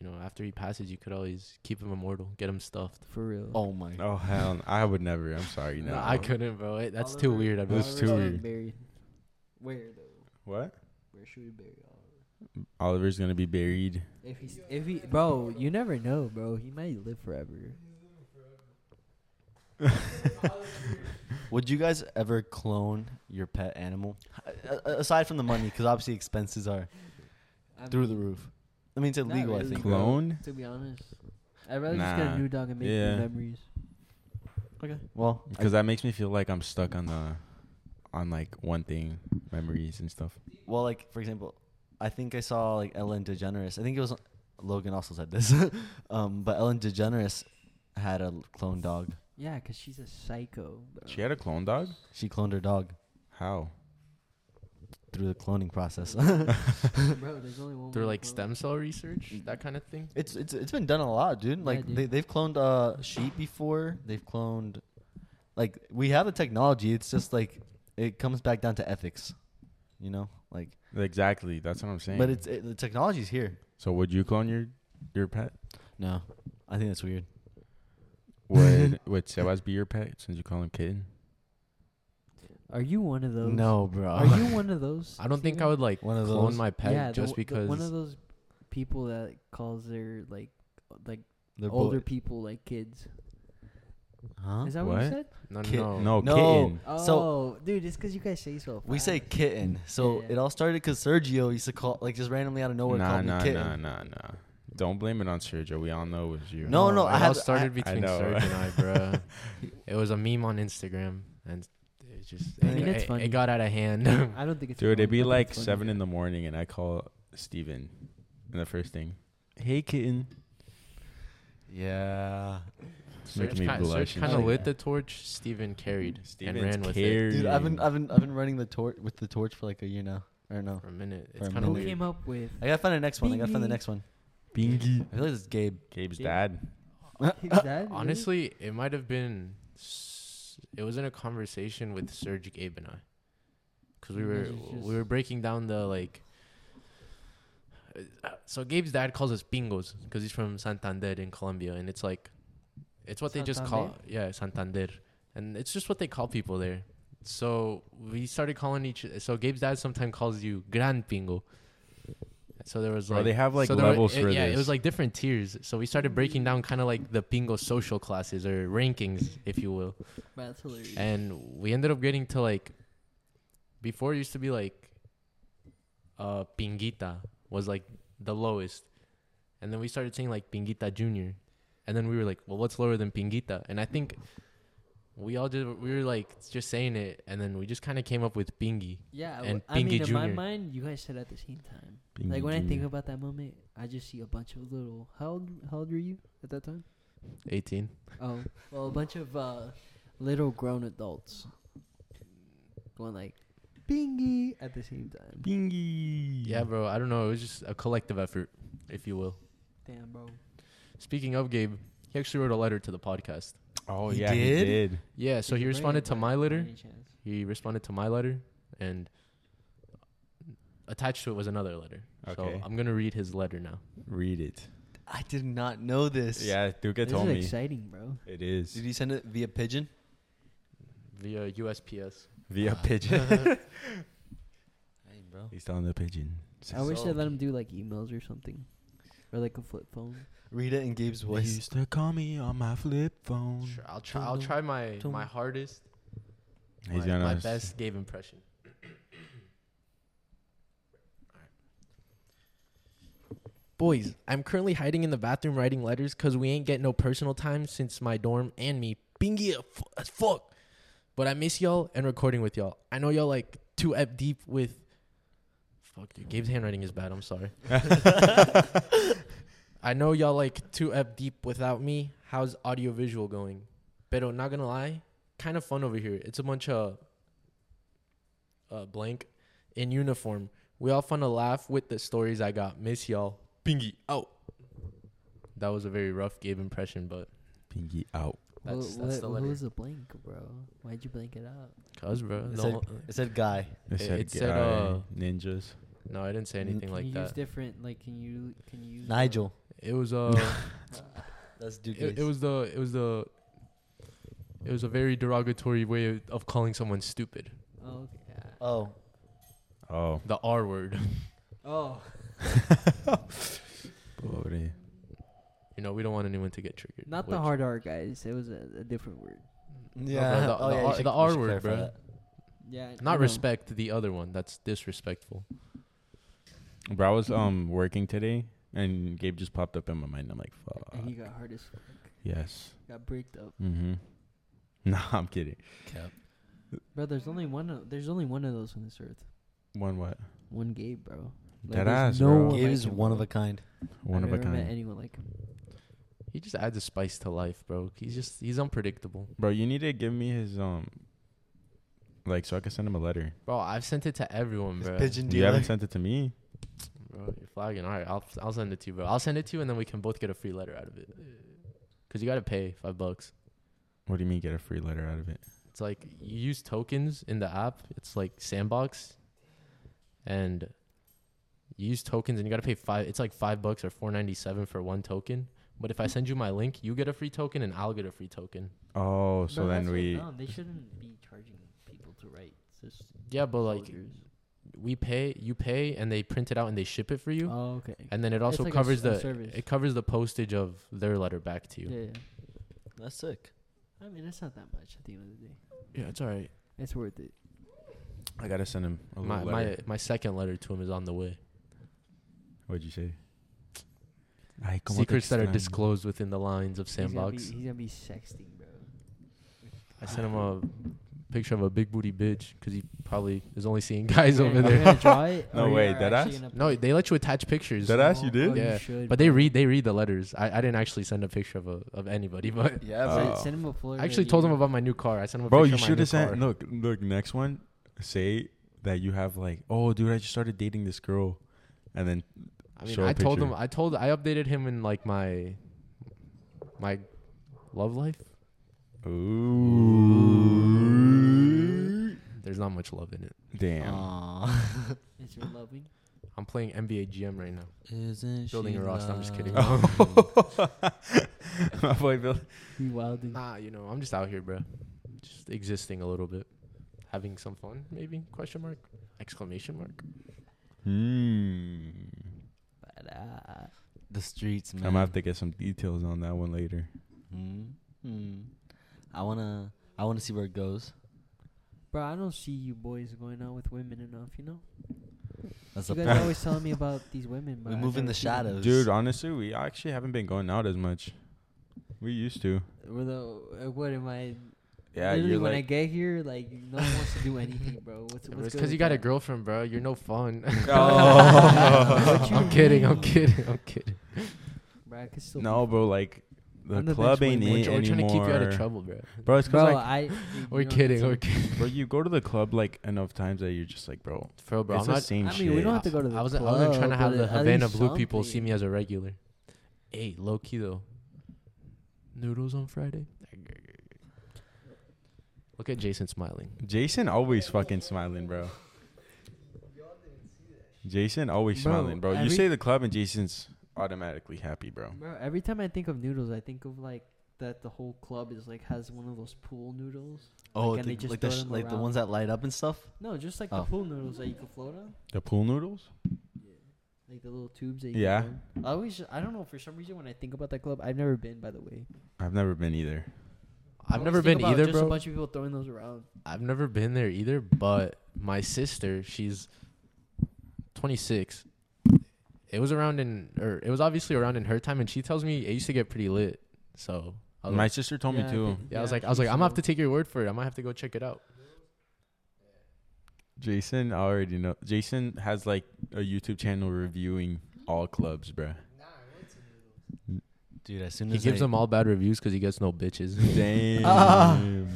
S4: you know after he passes, you could always keep him immortal, get him stuffed.
S2: for real,
S3: Oh my.
S1: Oh hell, no. I would never. I'm sorry. No,
S4: No, I couldn't, bro. It- that's too
S2: Oliver-
S4: weird. I'd be
S1: That's
S4: like,
S1: too
S2: Oliver's
S1: weird.
S2: Buried. Where though?
S1: What?
S2: Where should we bury Oliver?
S1: Oliver's gonna be buried.
S2: If he's if he bro, you never know, bro. He might live forever.
S3: Would you guys ever clone your pet animal? A- a- Aside from the money, because obviously expenses are
S2: I'm-
S3: through the roof. I mean, it's
S2: Not
S3: illegal, I
S2: really.
S3: think. right?
S1: Clone?
S2: To be honest, I'd rather just get
S1: Nah.
S2: a new dog and make new
S1: Yeah.
S2: memories.
S3: Well,
S1: Because that makes me feel like I'm stuck on the, on like one thing, memories and stuff.
S3: well, like for example, I think I saw like Ellen DeGeneres. I think it was Logan also said this, um, but Ellen DeGeneres had a clone dog.
S2: Yeah, cause she's a psycho. Bro.
S1: She had a clone dog.
S3: She cloned her dog
S1: How?
S3: through the cloning process.
S2: bro, there's only one.
S4: they're
S2: way
S4: like
S2: to go.
S4: stem cell research, that kind of thing.
S3: it's it's it's been done a lot, dude. Like
S2: dude.
S3: They, they've cloned uh, sheep before. They've cloned, like we have the technology. It's just like it comes back down to ethics, you know. Like,
S1: Exactly. That's what I'm saying.
S3: but it's it, the technology's here.
S1: so would you clone your, your pet?
S3: No, I think that's weird.
S1: Would would Sebas be your pet since you call him kitten?
S2: Are you one of those?
S3: No, bro.
S2: Are you one of those?
S4: I don't think I
S2: Steven?
S4: would like
S3: One of
S4: clone
S3: those-
S4: my pet
S2: yeah, the
S4: just
S2: w- the-
S4: because.
S2: one of those people that calls their like like
S3: They're
S2: older
S3: boy-
S2: people like kids.
S3: huh?
S2: Is that what, you
S1: What?
S2: said?
S4: no,
S3: kid-
S4: no,
S1: No,
S3: No.
S1: kitten.
S2: Oh,
S3: So-
S2: dude, it's because you guys say so.
S3: We say
S2: fast.
S3: kitten. So
S2: Yeah.
S3: it all started because Sergio used to call, like, just randomly out of nowhere,
S1: Nah,
S3: called me
S1: nah,
S3: kitten.
S1: nah, nah, nah. Don't blame it on Sergio. We all know it was you.
S3: No, no,
S4: it
S3: I
S4: all
S3: had-
S4: started
S3: I-
S4: between
S1: know.
S4: Serge and I, bro. it was a meme on Instagram, and it just
S3: I
S4: it,
S3: think
S4: got-
S2: it's
S4: it- it
S2: funny.
S4: got out of hand.
S2: I don't think it's.
S1: Dude,
S2: funny.
S1: it'd
S2: I
S1: be
S2: think
S1: like
S2: it's funny.
S1: seven in the morning, and I call Steven and the first thing, "Hey kitten,"
S3: Yeah.
S1: It's
S4: Serge
S1: making me
S4: kind,
S1: blush. and
S4: of
S1: shit.
S4: lit the torch. Steven carried
S1: Steven's
S4: and ran with
S1: carried.
S3: Dude, I've been,
S1: Period.
S3: I've been, I've been running the torch with the torch for like a year now. I don't know.
S4: it for a minute.
S3: For
S4: It's
S3: a
S4: kind
S2: Who
S3: minute.
S4: of weird.
S2: came up with?
S3: I gotta find the next one. I gotta find the
S2: Bingy.
S3: next one.
S1: Bingy,
S3: I feel like it's Gabe.
S1: Gabe's
S2: Gabe?
S1: dad.
S2: Is that really?
S4: Honestly, it might have been. s- It was in a conversation with Serge, Gabe, and I, because we
S2: You
S4: were
S2: guys are
S4: we were breaking down the like. uh, So Gabe's dad calls us pingos because he's from Santander in Colombia, and it's like, it's what they just call yeah Santander, and it's just what they call people there. So we started calling each. So Gabe's dad sometimes calls you Gran Pingo. So there was
S1: Bro,
S4: like
S1: they have, like,
S4: so there were-
S1: levels
S4: it-
S1: for
S4: yeah, it
S1: this.
S4: was like different tiers. So we started breaking down kind of like the Pingo social classes or rankings, if you will.
S2: That's hilarious.
S4: And we ended up getting to like before it used to be like uh Pinguita was like the lowest. And then we started saying like Pinguita Junior. And then we were like, Well what's lower than Pinguita? And I think we all did we were like just saying it and then we just kinda came up with Pingy.
S2: yeah,
S4: and
S2: w- I mean,
S4: Pinky
S2: in my
S4: Jr..
S2: mind, you guys said at the same time.
S1: Pinky
S2: like when I think
S1: Junior.
S2: about that moment, I just see a bunch of little. How old? How old were you at that time?
S4: Eighteen.
S2: Oh, well, a bunch of uh, little grown adults going like bingy at the same time.
S1: Bingy.
S4: Yeah, bro, I don't know, it was just a collective effort, if you will.
S2: Damn, bro.
S4: Speaking of Gabe, he actually wrote a letter to the podcast.
S1: Oh
S3: He
S1: yeah, he
S3: did?
S1: did.
S4: Yeah, so he responded to my letter.
S2: Any chance?
S4: he responded to my letter and attached to it was another letter
S1: Okay.
S4: so i'm gonna read his letter now
S1: Read it.
S3: I did not know this.
S1: Yeah, Duca
S2: This
S1: told
S2: is
S1: me
S2: exciting, bro.
S1: it is
S3: Did you send it via pigeon?
S4: via usps
S1: via pigeon.
S3: Hey, bro.
S1: He's on the pigeon.
S2: I wish they
S3: So-
S2: let him do like emails or something, or like a flip phone.
S3: Read it in Gabe's
S1: They
S3: voice.
S1: used to call me on my flip phone.
S4: Sure, i'll try i'll try my my hardest
S1: He's
S4: my,
S1: gonna
S4: my
S1: s-
S4: best gabe impression Boys, I'm currently hiding in the bathroom writing letters because we ain't get no personal time since my dorm and me bingy a fu- as fuck. But I miss y'all and recording with y'all. I know y'all like two F deep with. Fuck, dude. Gabe's handwriting is bad. I'm sorry. I know y'all like two F deep without me. How's audiovisual going? Pero not gonna lie, kind of fun over here. It's a bunch of uh, blank in uniform. We all fun to laugh with the stories I got. Miss y'all. Bingy out. That was a very rough Gabe impression, but
S1: Pinky out.
S4: That's-
S2: Wha-
S4: that's
S2: wha-
S4: the
S2: what
S4: letter.
S2: was the blank, bro? Why'd you blank it out?
S4: cuz bro,
S3: It
S4: the
S3: said,
S4: whole-
S3: it said guy.
S1: It
S4: It-
S1: said,
S4: it said,
S1: guy,
S4: uh,
S1: ninjas.
S4: no, I didn't say anything
S2: Can you
S4: like
S2: use
S4: that.
S2: different? Like, can you can you use uh,
S3: Nigel.
S4: It was uh,
S3: That's dude.
S4: it, it was the it was the it was a very derogatory way of, of calling someone stupid.
S2: oh, okay. yeah.
S3: Oh,
S1: Oh,
S4: The R word.
S2: Oh,
S1: pobre.
S4: you know, we don't want anyone to get triggered.
S2: not
S4: which-
S2: the hard R guys. It was a, a different word.
S3: yeah.
S4: the-
S3: oh,
S4: the
S3: yeah, you
S4: R-
S3: should-
S4: the
S3: you
S4: R
S3: should
S4: word,
S3: clarify
S4: bro.
S3: that.
S2: Yeah. I
S4: Not
S2: know.
S4: respect the other one. That's disrespectful.
S1: Bro, I was um working today, and Gabe just popped up in my mind. I'm like, fuck.
S2: And he got hard as fuck.
S1: yes.
S2: Got bricked up.
S1: Mm-hmm. Nah, I'm kidding.
S2: Bro, there's only one. Of, there's only one of those on this earth.
S1: One what?
S2: One Gabe, bro.
S1: Dead
S2: there's
S1: ass,
S2: no
S1: bro.
S2: one
S3: Gabe
S2: like
S3: is
S2: him,
S3: one
S2: bro.
S3: of a kind.
S1: One
S2: I've
S1: of a
S2: never met
S1: kind.
S2: anyone like him.
S4: He just adds a spice to life, bro. He's just he's unpredictable.
S1: Bro, you need to give me his um, like, so I can send him a letter.
S4: Bro, I've sent it to everyone,
S3: His
S4: bro.
S3: pigeon
S1: You
S3: dealer.
S1: haven't sent it to me.
S4: Bro, you're flagging. All right, I'll I'll send it to you, bro. I'll send it to you, and then we can both get a free letter out of it. Cause you gotta pay five bucks.
S1: What do you mean, get a free letter out of it?
S4: It's like you use tokens in the app. It's like Sandbox, and you use tokens, and you gotta pay five. It's like five bucks or four ninety seven for one token. But if I send you my link, you get a free token, and I'll get a free token.
S1: Oh, so
S2: Bro,
S1: then
S2: that's
S1: we.
S2: dumb. They shouldn't be charging people to write. Just
S4: Yeah, but like
S2: soldiers.
S4: we pay, you pay, and they print it out and they ship it for you.
S2: Oh, okay.
S4: and then it also
S2: like a s-
S4: covers
S2: a
S4: the
S2: service.
S4: it covers the postage of their letter back to you.
S2: Yeah,
S4: Yeah,
S2: yeah.
S3: That's sick.
S2: I mean, it's not that much at the end of the day.
S4: it's all right.
S2: It's worth it.
S1: I gotta send him a
S4: My
S1: little letter.
S4: my my second letter to him is on the way.
S1: What'd you say? Ay, como te
S4: Secrets that are
S1: extraño.
S4: disclosed within the lines of
S2: He's gonna be-
S4: sandbox.
S2: He's gonna be, sexting, bro.
S4: I sent him a picture of a big booty bitch because he probably is only seeing guys
S2: You're
S4: over
S2: gonna- you're
S4: there.
S2: gonna draw it,
S1: No
S2: or you
S1: way,
S2: are
S1: dead
S2: actually
S1: ass?
S2: gonna
S4: No,
S2: put-
S4: they let you attach pictures,
S1: Dead ass, you
S2: Oh,
S1: did?
S4: Yeah,
S2: should,
S4: but they
S2: bro.
S4: read they read the letters. I, I didn't actually send a picture of a, of anybody, but
S3: Yeah,
S1: bro.
S2: Send-
S1: Oh.
S2: Send him a Florida.
S4: I actually told him
S2: you.
S4: about my new car. I sent him a
S1: Bro,
S4: picture
S1: you
S4: of my
S1: should
S4: new
S1: have sent.
S4: car.
S1: Look, look. Next one, say that you have like, oh, dude, I just started dating this girl, and then
S4: I mean,
S1: Show a
S4: I told him.
S1: picture.
S4: I told. I updated him in like my my love life.
S1: ooh,
S4: There's not much love in it.
S1: damn.
S3: Aw.
S2: It's your loving.
S4: I'm playing NBA GM right now.
S3: Isn't
S4: Building
S3: she
S4: a roster, I'm just kidding.
S3: lovely?
S1: My boy Bill.
S2: He wilding.
S4: Nah, you know, I'm just out here, bro. Just existing a little bit. having some fun, maybe? Question mark? Exclamation mark?
S1: Hmm.
S2: But, uh,
S3: The streets,
S1: I'm
S3: man.
S1: gonna have to get some details on that one later.
S3: Mm-hmm. I wanna, I wanna see where it goes.
S2: bro, I don't see you boys going out with women enough. You know,
S3: That's
S2: you
S3: the
S2: guys are
S3: point.
S2: always telling me about these women. But
S3: We
S2: I
S3: move in
S2: never
S3: the
S2: see them.
S3: shadows,
S1: Dude, honestly, we actually haven't been going out as much. We used to.
S2: We're the uh, what am I?
S1: Yeah,
S2: literally
S1: you're
S2: when I
S1: like.
S2: get here, like no one wants to do anything, bro. What's what's
S4: Bro, it's
S2: good
S4: because you
S2: with
S4: got a
S2: that?
S4: girlfriend, bro. You're no fun.
S1: Oh.
S2: What you
S4: I'm kidding. I'm
S2: mean?
S4: kidding. I'm kidding.
S2: Bro, I could still
S1: No, bro, like the
S2: I'm the
S1: club
S2: bitch
S1: ain't
S2: boy.
S1: in
S4: We're,
S1: anymore.
S4: tr- we're trying to keep you out of trouble, bro.
S1: bro. It's
S2: bro,
S1: because like,
S2: I.
S4: We're
S2: you know,
S4: kidding.
S2: that's
S4: We're
S2: all-
S4: kidding.
S1: bro, you go to the club like enough times that you're just like, bro,
S4: Bro, bro,
S1: it's
S4: I'm
S1: the
S4: not.
S1: same
S2: I
S1: shit.
S2: mean, we don't have to go to the
S4: I wasn't.
S2: club.
S4: I wasn't trying to have
S2: but
S4: the
S2: at
S4: Havana
S2: least
S4: Blue people see
S2: something.
S4: me as a regular. Hey, low key though. Noodles on Friday. Look at Jason smiling.
S1: Jason always fucking smiling, bro. Jason always
S2: Bro,
S1: smiling, bro. You
S2: every-
S1: say the club and Jason's automatically happy, bro.
S2: Bro, every time I think of noodles, I think of like that the whole club is like has one of those pool noodles.
S3: oh,
S2: Like, and
S3: the,
S2: they just
S3: like, the
S2: throw
S3: sh-
S2: them
S3: like the
S2: around.
S3: ones that light up and stuff.
S2: No, just like
S3: Oh.
S2: the pool noodles that you can float on,
S1: The pool noodles?
S2: like the little tubes that. You
S1: Yeah,
S2: Can float on. I always, I don't know for some reason when I think about that club, I've never been. By the way,
S1: I've never been either.
S2: I
S4: I've
S2: always
S4: never
S2: think
S4: been
S2: about
S4: either,
S2: just a
S4: bro.
S2: bunch of people throwing those around.
S4: I've never been there either, but my sister, she's 26. It was around in, or it was obviously around in her time, and she tells me it used to get pretty lit. So I was
S1: My
S4: like,
S1: sister told
S2: Yeah,
S1: me
S2: I
S1: too.
S2: think-
S4: yeah, I was
S2: yeah,
S4: like, I was
S2: think
S4: like, I'm gonna have
S2: so.
S4: to take your word for it. I might have to go check it out.
S1: Jason already know. Jason has like a YouTube channel reviewing all clubs, bro.
S3: Dude, as soon
S4: He
S3: as
S4: gives
S3: I-
S4: them all bad reviews because he gets no bitches.
S1: Damn.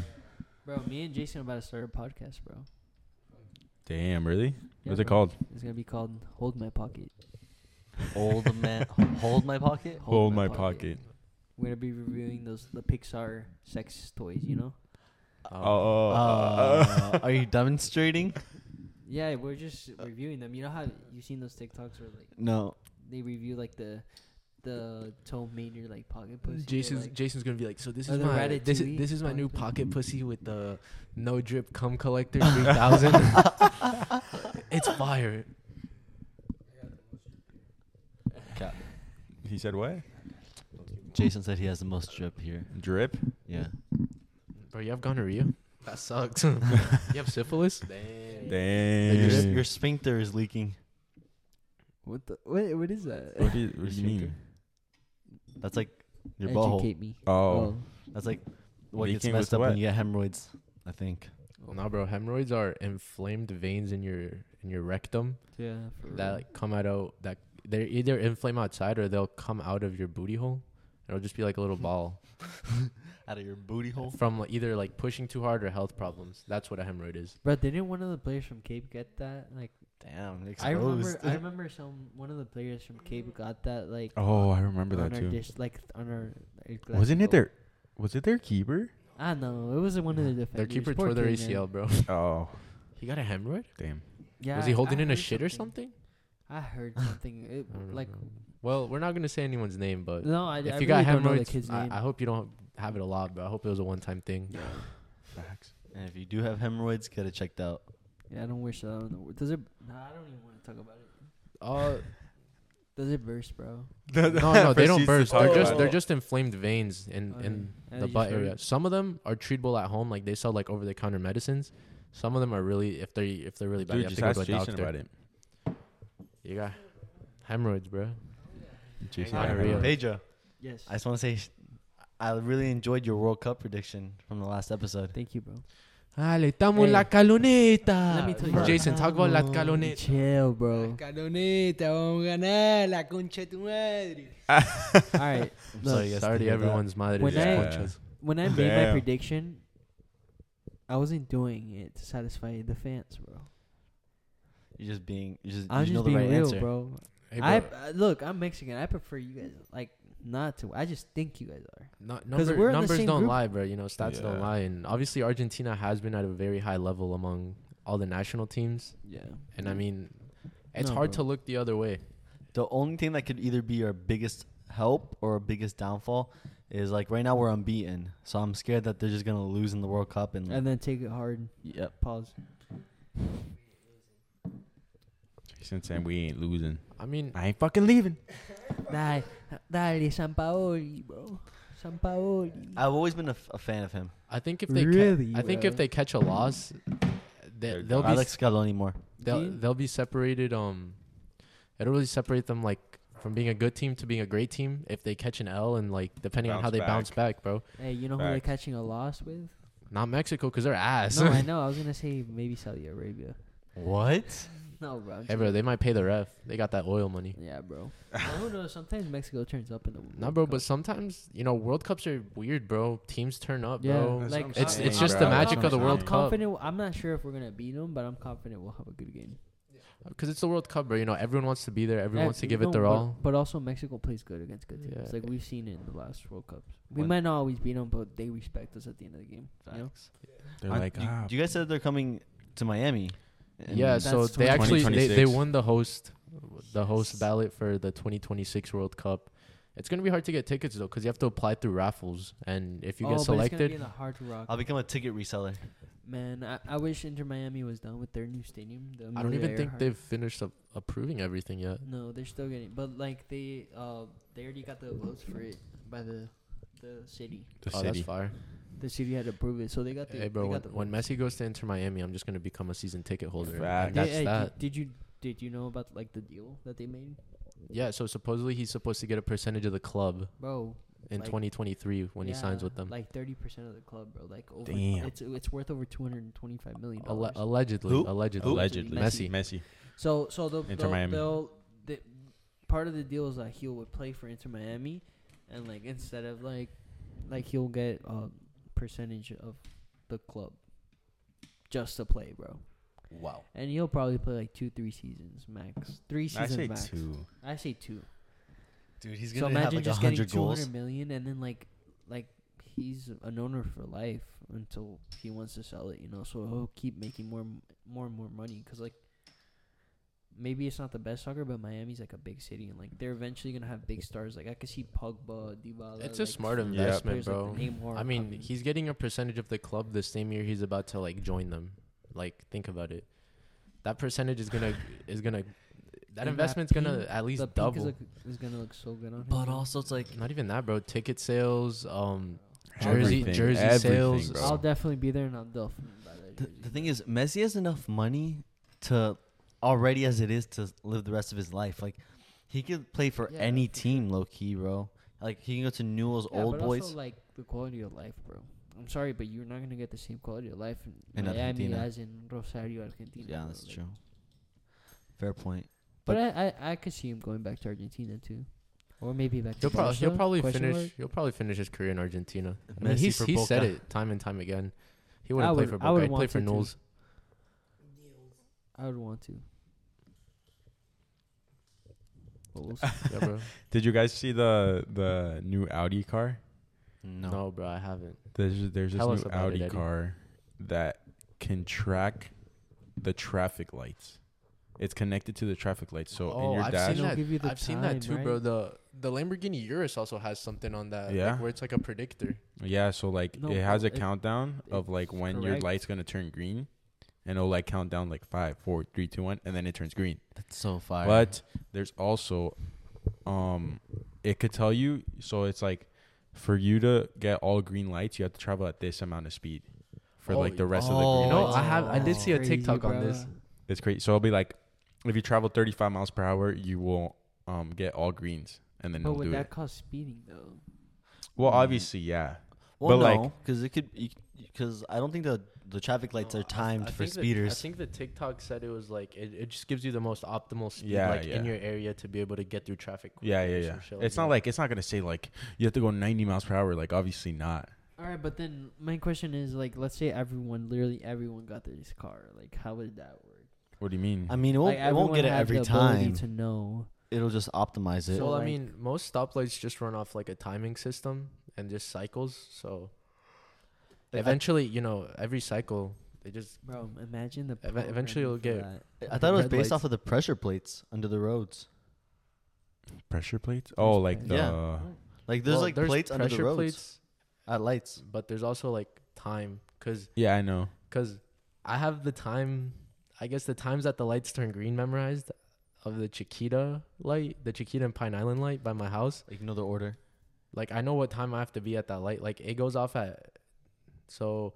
S2: Bro, me and Jason are about to start a podcast, bro.
S1: Damn, really?
S2: Yeah,
S1: What's it
S2: bro.
S1: called?
S2: It's gonna be called "Hold My Pocket."
S3: Hold man, hold my pocket.
S1: Hold, my pocket.
S2: We're gonna be reviewing those the Pixar sex toys, you know.
S4: Uh, Um,
S1: Oh,
S3: Uh, are you demonstrating?
S2: Yeah, we're just reviewing them. You know how you've seen those TikToks where like
S3: No.
S2: they review like the the Tom Maynard like pocket pussy. or,
S4: Jason's
S2: like,
S4: Jason's gonna be like, so this
S2: Or
S4: is
S2: the
S4: my this
S2: Ratatouille
S4: is, this is my new
S2: puppet.
S4: pocket pussy with the no drip cum collector three thousand. it's fire.
S1: he said what?
S3: Jason said he has the most drip here.
S1: Drip.
S3: Yeah.
S4: Bro, you have gonorrhea? That sucks. you have syphilis? Damn.
S1: Damn.
S3: Your, s- your sphincter is leaking.
S2: what the what, what is that?
S1: what do you, what do you mean?
S3: That's like your butthole.
S2: Educate me.
S1: Oh,
S3: That's like what
S1: Leaking
S3: gets messed
S1: with
S3: up
S1: what?
S3: when you get hemorrhoids. I think.
S4: Well, nah, bro. Hemorrhoids are inflamed veins in your in your rectum
S2: yeah.
S4: that like, come out of that they either inflame outside or they'll come out of your booty hole. It'll just be like a little ball
S3: Out of your booty hole.
S4: from like, either like pushing too hard or health problems. That's what a hemorrhoid is.
S2: bro, didn't one of the players from Cape get that? Like
S3: Damn. Exposed.
S2: I remember, I remember some one of the players from Cape got that like
S1: oh, I remember
S2: on
S1: that
S2: our
S1: too.
S2: dish, like on our. our glass
S1: Wasn't it
S2: door.
S1: their? Was it their keeper?
S2: I know it was one of the defenders.
S4: Their keeper
S2: Poor
S4: tore their
S2: kid, man.
S4: ACL, bro.
S1: Oh,
S4: He got a hemorrhoid?
S1: damn.
S2: Yeah,
S4: Was he
S2: I-
S4: holding
S2: I
S4: in a
S2: heard
S4: shit or something?
S2: I heard something.
S4: I don't
S2: It, like
S4: know. well, we're not gonna say anyone's name, but
S2: no, I, I
S4: if you
S2: really
S4: got
S2: don't know the
S4: hemorrhoids,
S2: kid's
S4: I,
S2: name.
S4: I hope you don't have it a lot, but I hope it was a one-time thing.
S1: Facts.
S3: And if you do have hemorrhoids, get it checked out.
S2: yeah, I don't wish that on the world. Does it? Nah, I don't even want to talk about it.
S4: Uh,
S2: Does it burst, bro?
S1: no,
S4: no, no, they don't burst. They're just they're
S3: it.
S4: just inflamed veins in
S2: Okay.
S4: in
S2: I
S4: the
S2: just
S4: butt
S2: heard
S4: area.
S2: it.
S4: Some of them are treatable at home, like they sell like over the counter medicines. Some of them are really if they if they're really bad,
S1: Dude,
S4: you have
S1: just ask
S4: to go to a
S1: Jason
S4: doctor.
S1: about it.
S4: You got hemorrhoids, bro.
S1: Jason,
S4: Not
S1: got
S4: real.
S1: hemorrhoids.
S3: Pedro,
S2: Yes.
S3: I just want to say, sh- I really enjoyed your World Cup prediction from the last episode.
S2: Thank you, bro.
S4: Ah, le
S2: Hey.
S4: la caloneta.
S2: Let me tell you-
S4: Ah, Jason, talk about la caloneta.
S2: Chill, bro.
S5: Caloneta, vamos a ganar la concha de tu madre.
S2: All right.
S3: I'm
S2: Look,
S3: sorry, guys, to
S4: Sorry, to
S3: hear that.
S4: everyone's madre.
S2: When
S4: is
S2: I-
S4: conchas.
S2: when I made my
S1: Damn.
S2: prediction, I wasn't doing it to satisfy the fans, bro.
S3: You're just being, you just, you
S2: I'm
S3: just know
S2: just
S3: the
S2: being
S3: right
S2: real,
S3: answer.
S2: bro.
S4: Hey, bro,
S2: I uh, look. I'm Mexican. I prefer you guys like not to. I just think you guys are.
S4: No,
S2: 'Cause
S4: number,
S2: we're in the
S4: numbers
S2: same
S4: don't
S2: group.
S4: lie, bro. You know, stats
S1: Yeah.
S4: don't lie. And obviously, Argentina has been at a very high level among all the national teams.
S2: Yeah.
S4: And I mean, it's
S2: Mm. No,
S4: hard
S2: bro.
S4: to look the other way.
S3: The only thing that could either be our biggest help or our biggest downfall is like right now we're unbeaten, so I'm scared that they're just gonna lose in the World Cup and,
S2: and then take it hard.
S3: yep.
S2: Pause.
S1: Jason saying we ain't losing.
S4: I mean,
S1: I ain't fucking leaving.
S2: Dale, dale, San Paoli, bro. San Paoli.
S3: I've always been a, f- a fan of him.
S4: I think if they ca-
S2: Really,
S4: I think
S2: bro.
S4: if they catch a loss,
S1: They're
S4: they, they'll be
S3: I like Scaloni more.
S4: they'll
S2: Dude.
S4: they'll be separated. Um, it'll really separate them like from being a good team to being a great team if they catch an L and like depending on how
S1: Bounce
S4: they bounce back, bro.
S2: Hey, you know who they're
S1: Facts.
S2: catching a loss with?
S4: Not Mexico because they're ass.
S2: No, I know. I was gonna say maybe Saudi Arabia.
S3: What?
S2: No, bro. I'm
S4: hey, bro,
S2: joking.
S4: they might pay the ref. They got that oil money.
S2: Yeah, bro. Well, who knows? Sometimes Mexico turns up in the.
S4: Nah, bro, but sometimes you know World Cups are weird, bro. Teams turn up,
S2: Yeah,
S4: bro.
S1: That's
S2: like
S1: what I'm
S4: It's-
S1: saying,
S4: it's just
S1: bro.
S4: the
S1: I'm
S4: magic of the
S1: confident-
S4: World
S2: I'm
S4: Cup.
S2: confident. I'm not sure if we're gonna beat them, but I'm confident we'll have a good game.
S4: Because it's the World Cup, bro. You know everyone wants to be there. Everyone
S2: Yeah,
S4: wants to give it
S2: no,
S4: their
S2: but,
S4: all.
S2: But also Mexico plays good against good teams.
S4: Yeah.
S2: Like we've seen it in the last World Cups. We
S4: When-
S2: might not always beat them, but they respect us at the end of the game. You know?
S1: They're
S3: Aren't-
S1: like,
S3: you,
S1: ah,
S3: you guys said they're coming to Miami. in-
S4: Yeah,
S2: That's
S4: so they actually they, they
S1: 2026.
S4: won the host the host ballot for the 2026 World Cup. It's gonna be hard to get tickets though, because you have to apply through raffles, and if you
S2: Oh,
S4: get
S2: but it's gonna be in
S4: selected,
S2: the Hard Rock.
S3: I'll become a ticket reseller.
S2: Man, I, I wish Inter Miami was done with their new stadium. the
S4: I don't
S2: Amelia
S4: even think
S2: Earhart.
S4: they've finished up approving everything yet.
S2: No, they're still getting, but like they, uh, they already got the votes for it by the, the city.
S1: the
S4: oh, that's
S1: city.
S4: fire!
S2: The city had approved it, so they got the.
S4: hey, bro,
S2: they
S4: when,
S2: got the
S4: when
S2: votes.
S4: Messi goes to Inter Miami, I'm just gonna become a season ticket holder. and
S1: Facts.
S4: that's
S2: Hey, hey,
S4: that.
S2: Did, did you did you know about like the deal that they made,
S4: Yeah, so supposedly he's supposed to get a percentage of the club
S2: bro?
S4: in
S2: Like-
S4: 2023 when he signs
S2: yeah,
S4: with them.
S2: like thirty percent of the club, bro. Like over,
S1: Damn.
S2: it's it's worth over two hundred and twenty five million
S4: Alle-
S2: dollars.
S4: allegedly,
S3: Who?
S4: allegedly,
S1: Allegedly.
S4: Messi.
S1: Messi.
S2: So so they'll,
S1: Inter
S2: they'll,
S1: Miami.
S2: they'll the, part of the deal is that he would play for Inter Miami, and like instead of like like he'll get a percentage of the club just to play, bro.
S3: Wow.
S2: And he'll probably play like two three seasons max, three
S1: I
S2: seasons
S1: say
S2: max.
S1: two.
S2: I say two.
S3: Dude, he's
S2: So
S3: gonna have
S2: imagine
S3: like
S2: just getting
S3: 100
S2: two
S3: goals.
S2: hundred million, and then like like he's an owner for life until he wants to sell it, you know. So he'll keep making more m- more and more money because like maybe it's not the best soccer, but Miami's like a big city, and like they're eventually gonna have big stars. Like I could see Pogba, Dybala.
S4: It's a
S2: like,
S4: smart
S2: players
S4: investment,
S2: like
S4: bro.
S2: Neymar
S4: I mean,
S2: coming.
S4: he's getting a percentage of the club the same year he's about to like join them. Like, think about it. That percentage is gonna is gonna that
S2: And that
S4: investment's gonna
S2: pink-
S4: at
S2: the
S4: least
S2: pink
S4: double.
S2: is, look, is gonna look so good on him.
S3: But
S2: bro.
S3: also, it's like
S4: Not even that, bro. Ticket sales, um, jersey
S1: Everything,
S4: jersey
S1: everything,
S4: sales.
S1: bro.
S2: I'll definitely be there, and I'll definitely buy that
S3: the,
S2: jersey.
S3: the thing is, Messi has enough money to already as it is to live the rest of his life. Like he could play for
S2: Yeah,
S3: any
S2: for sure.
S3: team, low key, bro. Like he can go to Newell's
S2: Yeah,
S3: Old
S2: but
S3: Boys.
S2: Also, like the quality of life, bro. I'm sorry, but you're not gonna get the same quality of life in
S3: In
S2: Miami
S3: Argentina.
S2: as in Rosario, Argentina.
S3: yeah,
S2: bro,
S3: that's
S2: like-
S3: true. Fair point.
S2: But, I, I, I could see him going back to Argentina too, or maybe back
S4: He'll,
S2: to
S4: prob- he'll
S2: Barca,
S4: probably
S2: question
S4: finish.
S2: mark?
S4: He'll probably finish his career in Argentina. I mean,
S3: Messi
S4: he's,
S3: for
S4: he said
S3: Boca.
S4: it time and time again. He
S2: I
S4: wouldn't play
S2: would-
S4: for
S2: I would
S4: Boca. He'd play
S2: want
S4: for
S2: to, too.
S4: Newell's.
S2: I would want to. But we'll see.
S4: Yeah, bro.
S1: Did you guys see the the new Audi car?
S3: No.
S4: no. bro, I haven't.
S1: There's there's this
S4: Tell us
S1: new
S4: about it,
S1: Audi
S4: Eddie.
S1: car that can track the traffic lights. It's connected to the traffic lights. So in
S4: oh,
S1: your
S4: I've
S1: dash,
S4: seen
S2: It'll
S4: that.
S2: give you the
S4: I've seen
S2: time,
S4: that too, bro.
S2: right?
S4: The the Lamborghini Urus also has something on that,
S1: Yeah.
S4: like, where it's like a predictor.
S1: yeah. So like
S2: No,
S1: it has a
S2: it-
S1: countdown of like
S2: it's
S1: when your
S2: correct.
S1: light's gonna turn green, and it'll like count down like five, four, three, two, one, and then it turns green.
S3: That's so fire.
S1: But there's also, um, it could tell you. So it's like, for you to get all green lights, you have to travel at this amount of speed, for
S4: Oh,
S1: like the rest of the
S3: oh,
S1: green
S4: You know,
S1: lights.
S4: I have I did
S2: That's
S4: see a
S2: crazy,
S4: TikTok on
S2: bro.
S4: this.
S1: It's crazy. So it'll be like, if you travel 35 miles per hour, you will um get all greens, and then
S2: But
S1: it'll
S2: Oh, would
S1: do
S2: that
S1: it.
S2: cause speeding though?
S1: Well, obviously, yeah.
S3: well,
S1: but,
S3: no,
S1: like-
S3: because it could because I don't think the the traffic lights
S4: No,
S3: are
S4: I-
S3: timed
S4: I
S3: for
S4: think the-
S3: speeders.
S4: I think the TikTok said it was like it, it just gives you the most optimal speed
S1: Yeah,
S4: like in
S1: yeah.
S4: your area to be able to get through traffic. quickly
S1: Yeah, yeah,
S4: or
S1: yeah.
S4: some shit
S1: It's not
S4: that.
S1: like it's not gonna say like you have to go 90 miles per hour. Like obviously not.
S2: All right, but then my question is like, let's say everyone, literally everyone, got this car. Like, how would that work?
S1: What do you mean?
S3: I mean, it won't,
S2: like,
S3: it won't
S2: everyone
S3: get it
S2: had
S3: every
S2: the ability
S3: time.
S2: to know.
S3: It'll just optimize it.
S4: well,
S2: So,
S4: I
S2: like-
S4: mean, most stoplights just run off like a timing system and just cycles. So
S3: I-
S4: eventually, you know, every cycle they just
S2: Bro, imagine the.
S4: Eve- eventually it'll
S2: programming for
S4: get-
S2: that.
S3: I thought it was
S4: red
S3: based
S4: lights.
S3: off of the pressure plates under the roads.
S1: Pressure plates? Oh, like
S2: plates.
S1: the
S3: Yeah. Like there's
S4: Well,
S3: like plates under the
S4: pressure
S3: roads
S4: plates,
S3: at lights.
S4: but there's also like time because
S1: Yeah, I know.
S4: because I have the time. I guess the times that the lights turn green memorized of the Chiquita light, the Chiquita and Pine Island light by my house.
S3: Like you know the order.
S4: Like I know what time I have to be at that light. Like it goes off at so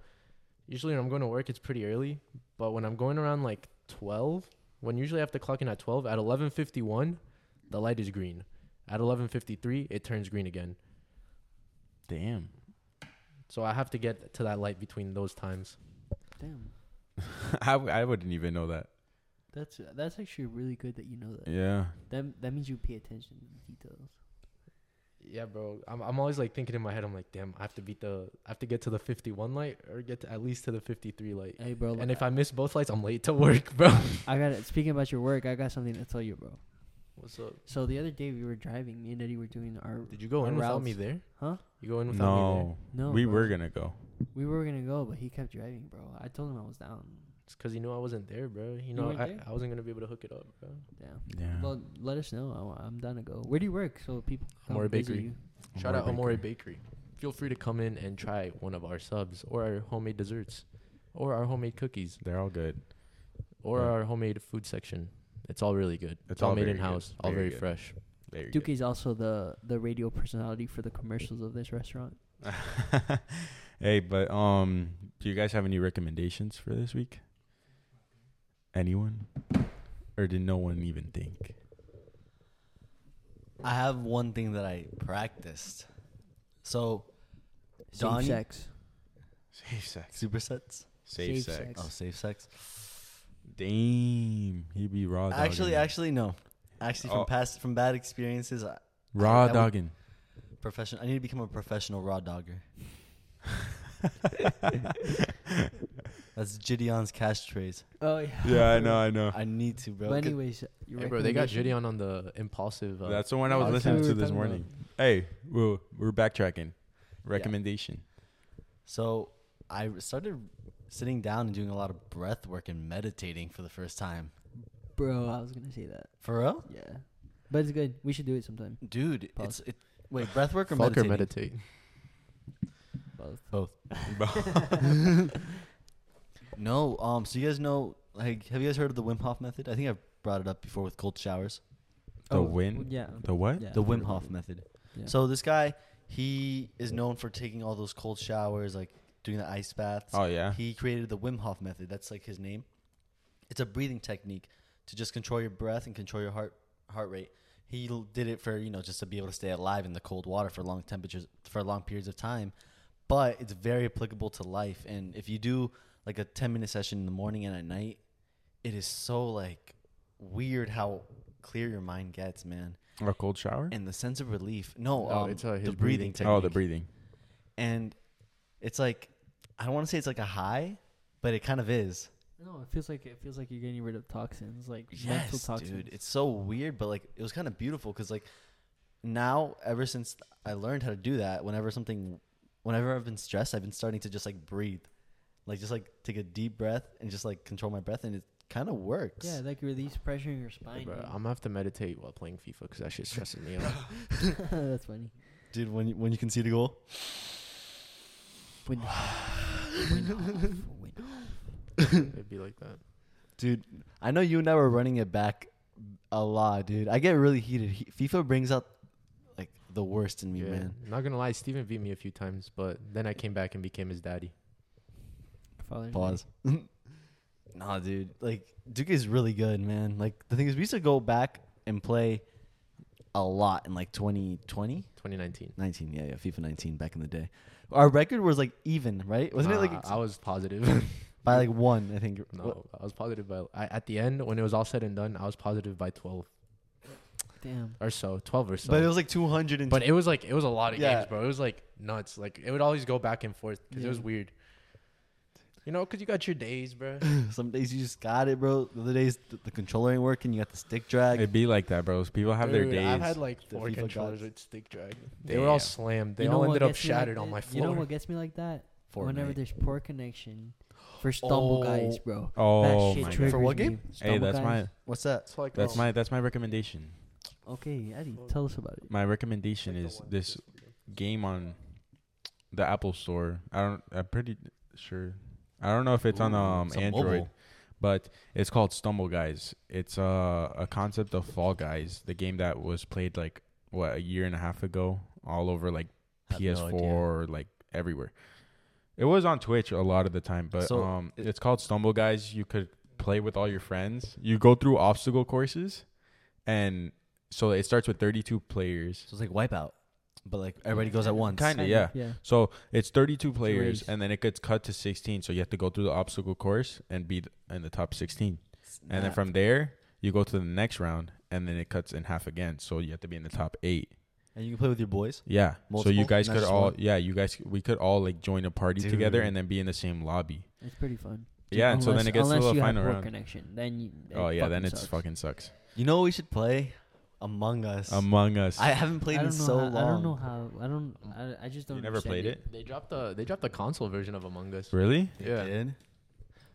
S4: usually when I'm going to work it's pretty early, but when I'm going around like 12, when usually I have to clock in at 12, at 11:51 the light is green. At 11:53 it turns green again.
S1: Damn.
S4: So I have to get to that light between those times.
S2: Damn.
S1: I, w- I wouldn't even know that.
S2: That's that's actually really good that you know that.
S1: Yeah.
S2: That that means you pay attention to the details.
S4: Yeah, bro. I'm I'm always like thinking in my head. I'm like, damn, I have to beat the, I have to get to the 51 light or get to at least to the 53 light.
S2: Hey, bro.
S4: And if I miss both lights, I'm late to work, bro.
S2: I got it. Speaking about your work, I got something to tell you, bro.
S4: What's up?
S2: So the other day we were driving. Me and Eddie were doing our.
S4: Did you go
S2: our
S4: in without
S2: routes.
S4: me there?
S2: Huh?
S4: You go in without me there?
S1: No.
S2: No,
S1: we
S2: bro.
S1: were gonna go.
S2: We were gonna go, but he kept driving, bro. I told him I was down.
S4: It's because you knew I wasn't there, bro. You know,
S2: weren't
S4: I,
S2: there?
S4: I wasn't gonna be able to hook it up, bro.
S2: Yeah.
S1: Yeah.
S2: Well, let us know. I wa- I'm down to go. Where do you work? So people. can come
S4: Amore
S2: visit
S4: Bakery.
S2: you.
S4: Shout out
S1: Amore
S4: Amore Bakery. Feel free to come in and try one of our subs or our homemade desserts, or our homemade cookies,
S1: They're all good.
S4: or
S1: Yeah.
S4: our homemade food section. It's all really good. It's,
S1: It's
S4: all,
S1: all
S4: made
S1: very
S4: in house,
S1: good.
S4: all
S1: Very
S4: very
S1: good.
S4: fresh.
S1: Very
S2: Duke is also the the radio personality for the commercials of this restaurant.
S1: good. hey, but um, do you guys have any recommendations for this week? Anyone? Or did no one even think?
S3: I have one thing that I practiced. So
S2: Same
S3: Donnie?
S2: sex.
S1: Safe sex.
S3: supersets.
S1: Safe,
S2: Safe
S1: sex.
S2: sex.
S3: Oh, safe sex.
S1: Damn, he be raw. Dogging
S3: Actually,
S1: it.
S3: actually no. Actually, from
S1: Oh.
S3: past from bad experiences, I,
S1: raw
S3: I would-
S1: dogging.
S3: professional. I need to become a professional raw dogger. That's Gideon's catchphrase.
S2: Oh yeah.
S1: yeah, I know, I know.
S3: I need to, bro.
S2: But
S3: 'cause-
S2: anyways, your
S4: Hey, bro, they got
S2: recommendation?
S4: Gideon on the impulsive. Uh,
S1: That's the one I was
S4: Podcast.
S1: listening
S4: We
S1: to
S4: were
S1: this
S4: talking about-
S1: morning. Hey, we're, we're backtracking. Recommendation.
S3: So I started sitting down and doing a lot of breath work and meditating for the first time.
S2: Bro, I was gonna say that.
S3: For real,
S2: Yeah. But it's good. We should do it sometime.
S3: dude.
S2: Pause.
S3: It's it. Wait, breath work or
S4: fuck or
S3: meditating?
S4: meditate.
S2: Both.
S3: Both. No. Um. So you guys know, like, have you guys heard of the Wim Hof method? I think I've brought it up before with cold showers.
S1: The
S2: Oh,
S1: win.
S2: Yeah.
S1: The what?
S2: yeah.
S3: the Wim Hof method.
S2: Yeah.
S3: So this guy, he is known for taking all those cold showers, like doing the ice baths.
S1: Oh yeah.
S3: He created the Wim Hof method. That's like his name. It's a breathing technique to just control your breath and control your heart heart rate. He l- did it for you know just to be able to stay alive in the cold water for long temperatures for long periods of time. But it's very applicable to life. And if you do like a ten minute session in the morning and at night, it is so like weird how clear your mind gets, man.
S1: Or a cold shower?
S3: And the sense of relief. No,
S4: No,
S3: um,
S4: it's, uh, his
S3: the
S4: breathing
S3: breathing technique.
S1: Oh, the breathing.
S3: And it's like I don't want to say it's like a high, but it kind of is.
S2: No, it feels like it feels like you're getting rid of toxins, like mental
S3: Yes,
S2: toxins.
S3: dude. It's so weird, but like it was kind of beautiful because like now, ever since I learned how to do that, whenever something, whenever I've been stressed, I've been starting to just like breathe, like just like take a deep breath and just like control my breath, and it kind of works.
S2: yeah, like release pressure in your
S4: Hey,
S2: spine.
S4: bro,
S2: dude.
S4: I'm gonna have to meditate while playing FIFA because that shit stresses me out.
S2: That's funny.
S3: dude. When you, when you can see the goal,
S2: Win Hof. Win Hof. Win Hof.
S4: It'd be like that.
S3: dude. I know you and I were running it back a lot, dude. I get really heated. He, FIFA brings out like the worst in me,
S4: Yeah.
S3: man.
S4: Not gonna lie, Steven beat me a few times, but then I came back and became his daddy.
S2: Father's Day.
S3: Pause. nah, dude. Like Duke is really good, man. Like the thing is, we used to go back and play a lot in like 2020,
S4: 2019.
S3: 19. Yeah, yeah, FIFA 19 back in the day. Our record was like even, right? Wasn't it like
S4: Nah,
S3: ex-
S4: I was positive.
S3: by like one? I think. What-
S4: no, I was positive by I, at the end when it was all said and done. I was positive by 12
S2: Damn.
S4: or so, 12 or so.
S3: but it was like 200 and.
S4: But it was like it was a lot of
S3: Yeah.
S4: games, bro. It was like nuts. Like it would always go back and forth because
S2: Yeah.
S4: it was weird. You know, because you got your days, bro.
S3: some days you just got it, bro. The other days the, the controller ain't working. You got the stick drag.
S1: It'd be like that, bro. People have their
S4: Dude,
S1: days.
S4: I've had like
S3: The
S4: four
S3: FIFA
S4: controllers
S3: gods.
S4: with stick drag. They were all
S1: Damn.
S4: slammed. They
S2: You know
S4: all
S2: what
S4: ended up
S2: gets me like
S4: shattered on
S2: that?
S4: my
S2: You
S4: floor.
S2: know what gets me like that? Whenever
S3: Fortnite.
S2: there's poor connection for stumble
S3: Oh.
S2: guys, bro.
S1: oh
S2: that shit
S1: my
S2: triggers
S1: god.
S3: For what
S2: me.
S3: game?
S1: Hey,
S2: Stumble
S1: that's my
S2: guys.
S3: What's that?
S4: It's like oh,
S1: that's
S4: no,
S1: my that's my recommendation.
S2: Okay, Eddie, tell us about it.
S1: My recommendation is this game on the Apple Store. I don't. I'm pretty sure. I don't know if it's on
S3: Ooh,
S1: um
S3: it's a
S1: Android,
S3: mobile.
S1: but it's called Stumble Guys. It's uh, a concept of Fall Guys, the game that was played like what a year and a half ago, all over like
S4: Have no
S1: PS4
S4: idea.
S1: or like everywhere. It was on Twitch a lot of the time, but
S3: So,
S1: um,
S3: it-
S1: it's called Stumble Guys. You could play with all your friends. You go through obstacle courses, and so it starts with 32 players.
S3: So it's like Wipeout, but like everybody goes at once.
S1: Kinda, yeah.
S2: Yeah.
S1: So it's 32 players,
S2: race.
S1: and then it gets cut to 16. So you have to go through the obstacle course and be th- in the top 16. And then from there, you go to the next round, and then it cuts in half again. So you have to be in the top eight.
S3: and you can play with your boys.
S1: Yeah. So
S3: Multiple?
S1: you guys
S3: Not
S1: could
S3: just
S1: all,
S3: one?
S1: yeah, you guys, we could all like join a party together
S3: Dude.
S1: and then be in the same lobby.
S2: It's pretty fun.
S1: Yeah. And so then
S2: Unless-
S1: it gets to
S2: unless
S1: the
S2: you have
S1: final
S2: poor
S1: round.
S2: connection, then you, it
S1: Oh yeah, then
S2: fucking
S1: it's
S2: sucks.
S1: fucking sucks.
S3: You know what we should play? Among Us.
S1: Among Us.
S3: I haven't
S2: I
S3: played in
S2: don't know.
S3: so
S2: how,
S3: long.
S2: I don't know how. I don't. I, I just don't.
S1: you never
S2: understand
S1: played it?
S4: They dropped the they dropped the console version of Among Us.
S1: Really?
S3: They
S4: Yeah.
S3: did?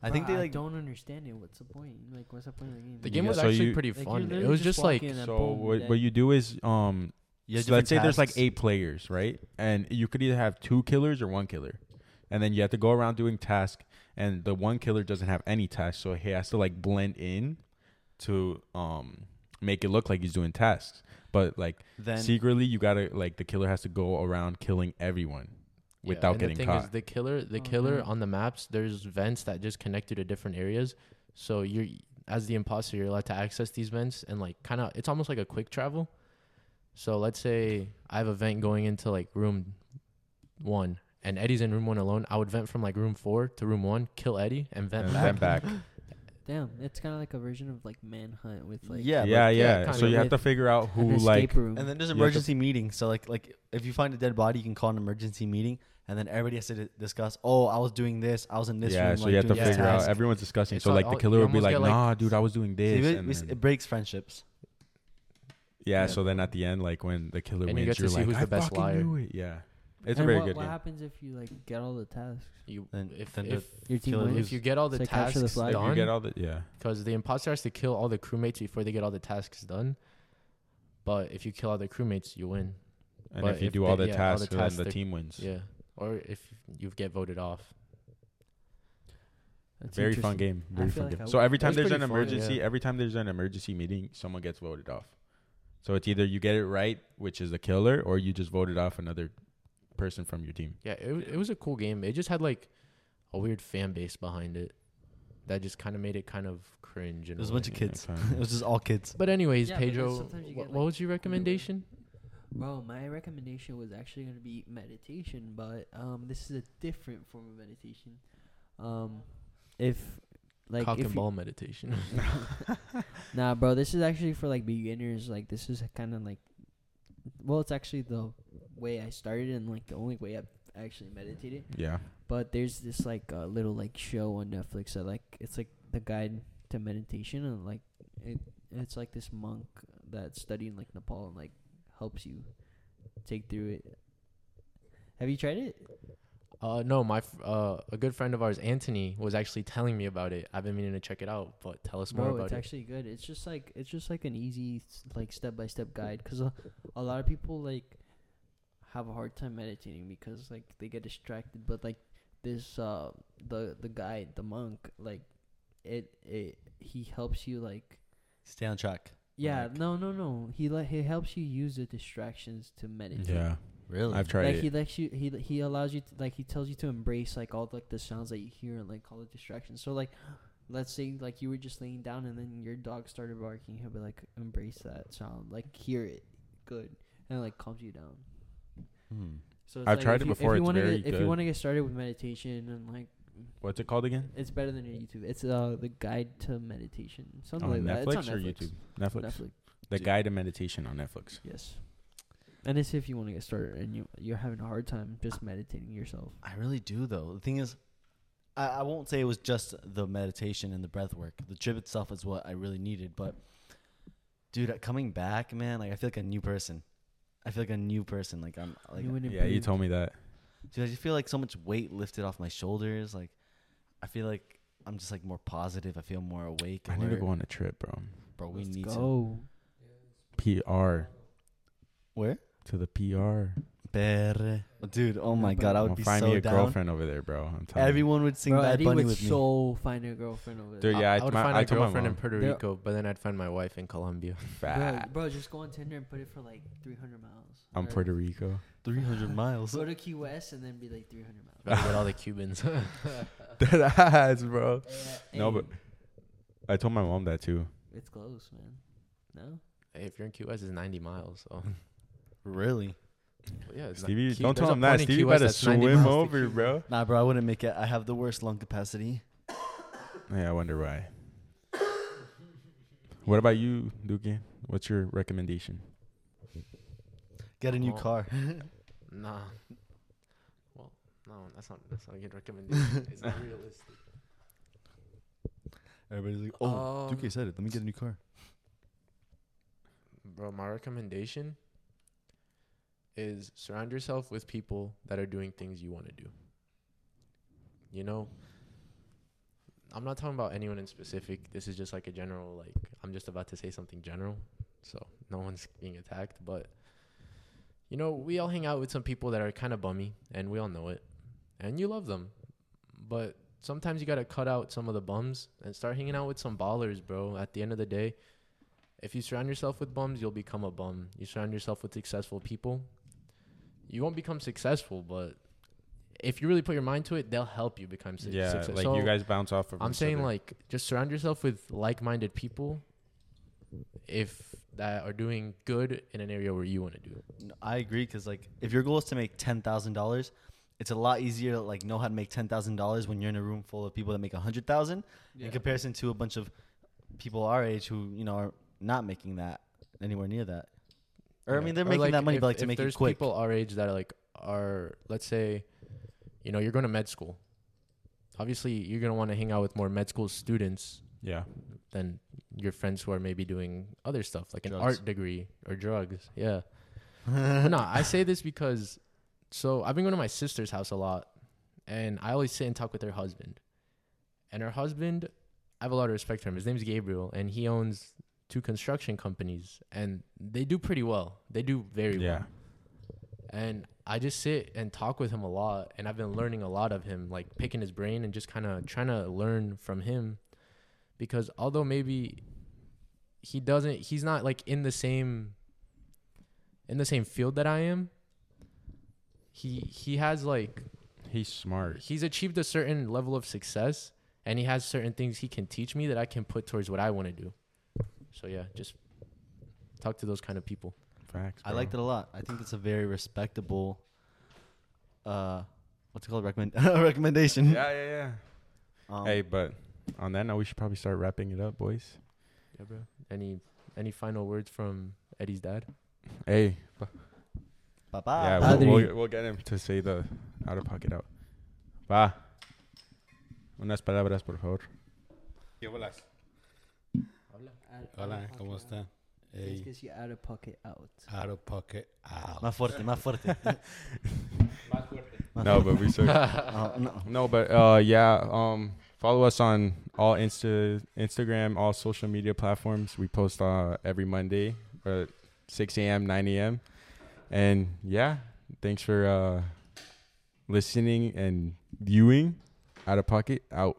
S3: I think
S2: Bro,
S3: they like.
S2: don't understand it. What's the point? Like, what's the point of the game?
S4: The
S1: You
S4: game
S1: guys-
S4: was
S1: so
S4: actually
S1: you-
S4: pretty
S2: Like, you
S4: fun. It
S2: literally
S4: was
S2: just
S4: just
S2: walk
S4: like
S2: in and-
S1: So
S2: boom,
S1: what,
S2: that-
S1: what you do is um
S3: you have
S1: So let's say
S3: different
S1: there's like
S3: tasks.
S1: eight players, right? And you could either have two killers or one killer. And then you have to go around doing tasks and the one killer doesn't have any tasks, so he has to like blend in to um make it look like he's doing tasks. But like
S3: Then
S1: secretly you gotta like the killer has to go around killing everyone without
S4: and
S1: getting
S4: the thing
S1: caught.
S4: Is the killer, the
S2: Oh,
S4: killer
S2: man.
S4: on the maps, there's vents that just connect you to different areas. So you're as the imposter, you're allowed to access these vents and like kind of it's almost like a quick travel. So let's say I have a vent going into like room one, and Eddie's in room one alone. I would vent from like room four to room one, kill Eddie, and vent
S1: and
S4: back.
S1: then back.
S2: Damn, it's kind of like a version of like Manhunt with like
S3: yeah,
S1: yeah,
S3: but-
S1: yeah.
S4: kinda
S1: So you have to
S2: with
S1: figure out
S2: an
S1: who
S2: escape
S1: like
S2: room.
S3: And then there's
S1: You have to-
S3: emergency meetings. So like like if you find a dead body, you can call an emergency meeting, and then everybody has to di- discuss. Oh, I was doing this. I was in this
S1: yeah,
S3: room.
S1: so
S3: like,
S1: you have to
S3: doing this
S1: figure out.
S3: task."
S1: Everyone's discussing.
S4: It's
S1: so
S4: like
S1: like
S4: all-
S1: the killer
S4: you
S1: will be
S4: almost
S1: like,
S4: get, like,
S1: "Nah, dude, I was doing
S3: See,
S1: this."
S3: it-
S1: and
S3: it,
S1: then-
S3: it breaks friendships.
S1: Yeah,
S3: Yeah.
S1: so then at the end, like when the killer
S4: And
S1: wins,
S4: you get to
S1: are
S4: see
S1: like,
S4: who's
S1: I
S4: the best
S1: fucking
S4: liar."
S1: knew it." Yeah, it's
S2: And
S1: a very
S2: what,
S1: good
S2: What
S1: game.
S2: happens if you like get all the tasks?
S4: You
S3: Then-
S4: if,
S3: then
S4: if,
S2: Your team
S3: Kill
S2: wins.
S4: if you get all the
S2: It's like capture
S4: tasks
S2: the flag.
S1: If you get
S4: done,
S1: all the yeah,
S4: because the imposter has to kill all the crewmates before they get all the tasks done. But if you kill all the crewmates, you win.
S1: and
S4: But
S1: if you
S4: if
S1: do
S4: they-
S1: all the
S4: yeah, all the
S1: tasks,
S4: tasks,
S1: then the
S4: they-
S1: team wins.
S4: Yeah. Or if you get voted off.
S2: That's
S1: Very fun
S2: interesting.
S1: game.
S2: I
S1: Very
S2: feel
S1: fun
S2: like
S1: game.
S2: I
S1: So
S2: would-
S1: every
S4: It
S1: time
S4: was
S1: there's an
S4: pretty fun,
S1: emergency,
S4: yeah.
S1: every time there's an emergency meeting, someone gets voted off. So it's either you get it right, which is the killer, or you just voted off another person from your team.
S4: Yeah, it, wa- it was a cool game. It just had like a weird fan base behind it that just kind of made it kind of cringe. In
S3: There's a
S4: way.
S3: bunch of kids.
S1: Yeah,
S3: it was just all kids.
S4: But anyways,
S2: Yeah, but then
S4: Pedro,
S2: sometimes you
S4: wh-
S2: get,
S4: what
S2: like,
S4: was your recommendation?
S2: Bro, my recommendation was actually going to be meditation, but um, this is a different form of meditation. Um, if like
S4: Cock
S2: if
S4: and
S2: you-
S4: ball meditation.
S2: Nah, bro, this is actually for like beginners. Like, this is kind of like, well, it's actually the way I started and like the only way I've actually meditated.
S1: Yeah,
S2: But there's this like uh, little like show on Netflix that like it's like the guide to meditation and like it it's like this monk that studied in like Nepal and like helps you take through it. Have you tried it?
S4: uh, no, my f- uh, a good friend of ours, Anthony, was actually telling me about it. I've been meaning to check it out, but tell us more
S2: Bro,
S4: about
S2: it's
S4: it.
S2: actually good. It's just like it's just like an easy s- like step by step guide because a, a lot of people like have a hard time meditating because like they get distracted. But like this, uh, the the guide, the monk, like it it he helps you like
S3: Stay on track.
S2: yeah
S3: Like-
S2: no no no he like he helps you use the distractions to meditate.
S1: yeah.
S3: Really?
S1: I've tried
S2: Like
S1: it.
S2: he lets you, he he allows you, to, like he tells you to embrace like all like the sounds that you hear and like all the distractions. So like, let's say like you were just laying down and then your dog started barking, he'll be like, embrace that sound, like hear it, good, and it, like calms you down.
S3: Hmm.
S2: So it's
S1: I've
S2: like,
S1: tried
S2: if
S1: it
S2: you-
S1: before,
S2: If you
S1: it's
S2: want to
S1: very
S2: get, if you
S1: good.
S2: want to get started with meditation and like,
S1: What's it called again?
S2: it's better than your YouTube. It's uh the guide to meditation, something
S1: On
S2: like that.
S1: Netflix
S2: It's on
S1: or
S2: Netflix.
S1: YouTube? Netflix.
S2: Netflix.
S1: The
S3: Dude.
S1: guide to meditation on Netflix.
S2: Yes. And it's if you want to get started and you you're having a hard time just meditating yourself.
S3: I really do though. The thing is, I, I won't say it was just the meditation and the breath work. The trip itself is what I really needed, but dude, uh, coming back, man, like I feel like a new person. I feel like a new person. Like I'm like
S2: You would
S1: Yeah, you
S2: improve.
S1: told me that.
S3: dude, I just feel like so much weight lifted off my shoulders. Like I feel like I'm just like more positive. I feel more awake.
S1: I need to
S3: alert.
S1: go on a trip, bro.
S3: Bro, we
S2: Let's
S3: need to
S2: go.
S1: PR
S3: where
S1: to the PR.
S3: Perre. Dude, oh my god, I
S1: I'm
S3: would
S1: gonna
S3: be
S1: find
S3: so
S1: me a
S3: down.
S1: girlfriend over there, bro. I'm telling you.
S3: Everyone would sing
S2: Bro,
S3: Bad
S2: Eddie
S3: Bunny
S2: would
S3: with me.
S2: so find a girlfriend over there.
S1: Dude, yeah,
S4: I,
S1: I,
S4: I would
S1: my-
S4: find
S1: I
S4: a
S1: told my
S4: girlfriend in
S1: mom,
S4: Puerto
S2: They're-
S4: Rico, but then I'd find my wife in Colombia.
S2: Bro,
S1: "Fat,
S2: bro, just go on Tinder and put it for like 300 miles.
S1: I'm
S2: Or
S1: Puerto Rico.
S3: 300 miles.
S2: Go to Key West and then be like 300 miles.
S4: Better with all the Cubans.
S2: Eh,
S1: Dead ass, bro.
S2: Yeah,
S1: No,
S2: hey,
S1: but I told my mom that too.
S2: eh, it's close, man. No,
S4: Hey, if you're in Key West, it's 90 miles. So
S3: Really?
S4: But yeah, it's not-
S1: Stevie,
S4: Key-
S1: don't
S4: there's
S1: tell
S4: a
S1: him
S4: point
S1: that.
S4: in
S1: Stevie,
S4: Key
S1: you
S4: West
S1: better
S4: that's 90
S1: swim
S4: miles to
S1: over,
S4: Cuba.
S1: bro.
S3: Nah, bro, I wouldn't make it. I have the worst lung capacity.
S1: Yeah, I wonder why. what about you, Duque? What's your recommendation?
S3: Get a new
S4: Oh.
S3: car.
S4: Nah. Well, no, that's not that's not a good recommendation. it's not realistic.
S3: Everybody's like, oh, Duque
S4: Um,
S3: said it. Let me get a new car.
S4: Bro, my recommendation is surround yourself with people that are doing things you want to do. You know, I'm not talking about anyone in specific. This is just like a general like I'm just about to say something general, so no one's being attacked, but you know, we all hang out with some people that are kind of bummy and we all know it. And you love them. But sometimes you got to cut out some of the bums and start hanging out with some ballers, bro. At the end of the day, if you surround yourself with bums, you'll become a bum. You surround yourself with successful people, you won't become successful, but if you really put your mind to it, they'll help you become successful.
S1: Yeah, like you guys bounce off of.
S4: I'm
S1: each
S4: saying
S1: other.
S4: like just surround yourself with like-minded people if that are doing good in an area where you want to do it.
S3: No, I agree because like if your goal is to make ten thousand dollars, it's a lot easier to like know how to make ten thousand dollars when you're in a room full of people that make a hundred thousand in comparison to a bunch of people our age who you know are not making that anywhere near that. Or I
S4: Yeah.
S3: mean, they're making
S4: like,
S3: that money,
S4: if-
S3: but like to
S4: if
S3: make
S4: there's
S3: it quick.
S4: people our age that are like are let's say, you know, you're going to med school. Obviously, you're going to want to hang out with more med school students
S1: yeah,
S4: than your friends who are maybe doing other stuff like an
S3: Drugs.
S4: art degree or drugs. Yeah. But no, I say this because so I've been going to my sister's house a lot and I always sit and talk with her husband. And her husband, I have a lot of respect for him. His name's Gabriel and he owns two construction companies and they do pretty well. They do very well
S1: yeah.
S4: and I just sit and talk with him a lot, and I've been learning a lot of him, like picking his brain and just kind of trying to learn from him, because although maybe he doesn't, he's not like in the same in the same field that I am. He he has like
S1: He's smart.
S4: he's achieved a certain level of success, and he has certain things he can teach me that I can put towards what I want to do. So yeah, just talk to those kind of people.
S1: Facts.
S3: I
S1: bro.
S3: like that a lot. I think it's a very respectable. Uh, what's it called? Recommend recommendation.
S1: Yeah, yeah, yeah.
S3: Um,
S1: hey, but on that note, we should probably start wrapping it up, boys.
S4: Yeah, bro. Any any final words from Eddie's dad?
S1: Hey,
S3: Bye
S1: yeah,
S3: bye.
S1: we'll,
S2: Padre.
S1: we'll, we'll get him to say the out of pocket out. Va. Unas palabras, por favor.
S5: ¿Qué bolas?
S2: Out- out
S5: Hola,
S2: of pocket
S5: ¿cómo
S2: out.
S5: está?
S2: It's
S5: Hey,
S2: 'cause you're out of pocket out.
S5: out of pocket. Out.
S3: Ah, Más fuerte, más fuerte. Más
S1: No,
S3: fuerte.
S1: but we said.
S3: Oh, no.
S1: No, but uh, yeah. Um, follow us on all Insta, Instagram, all social media platforms. We post uh every Monday, uh, six a.m., nine a.m. And yeah, thanks for uh listening and viewing. Out of pocket, out.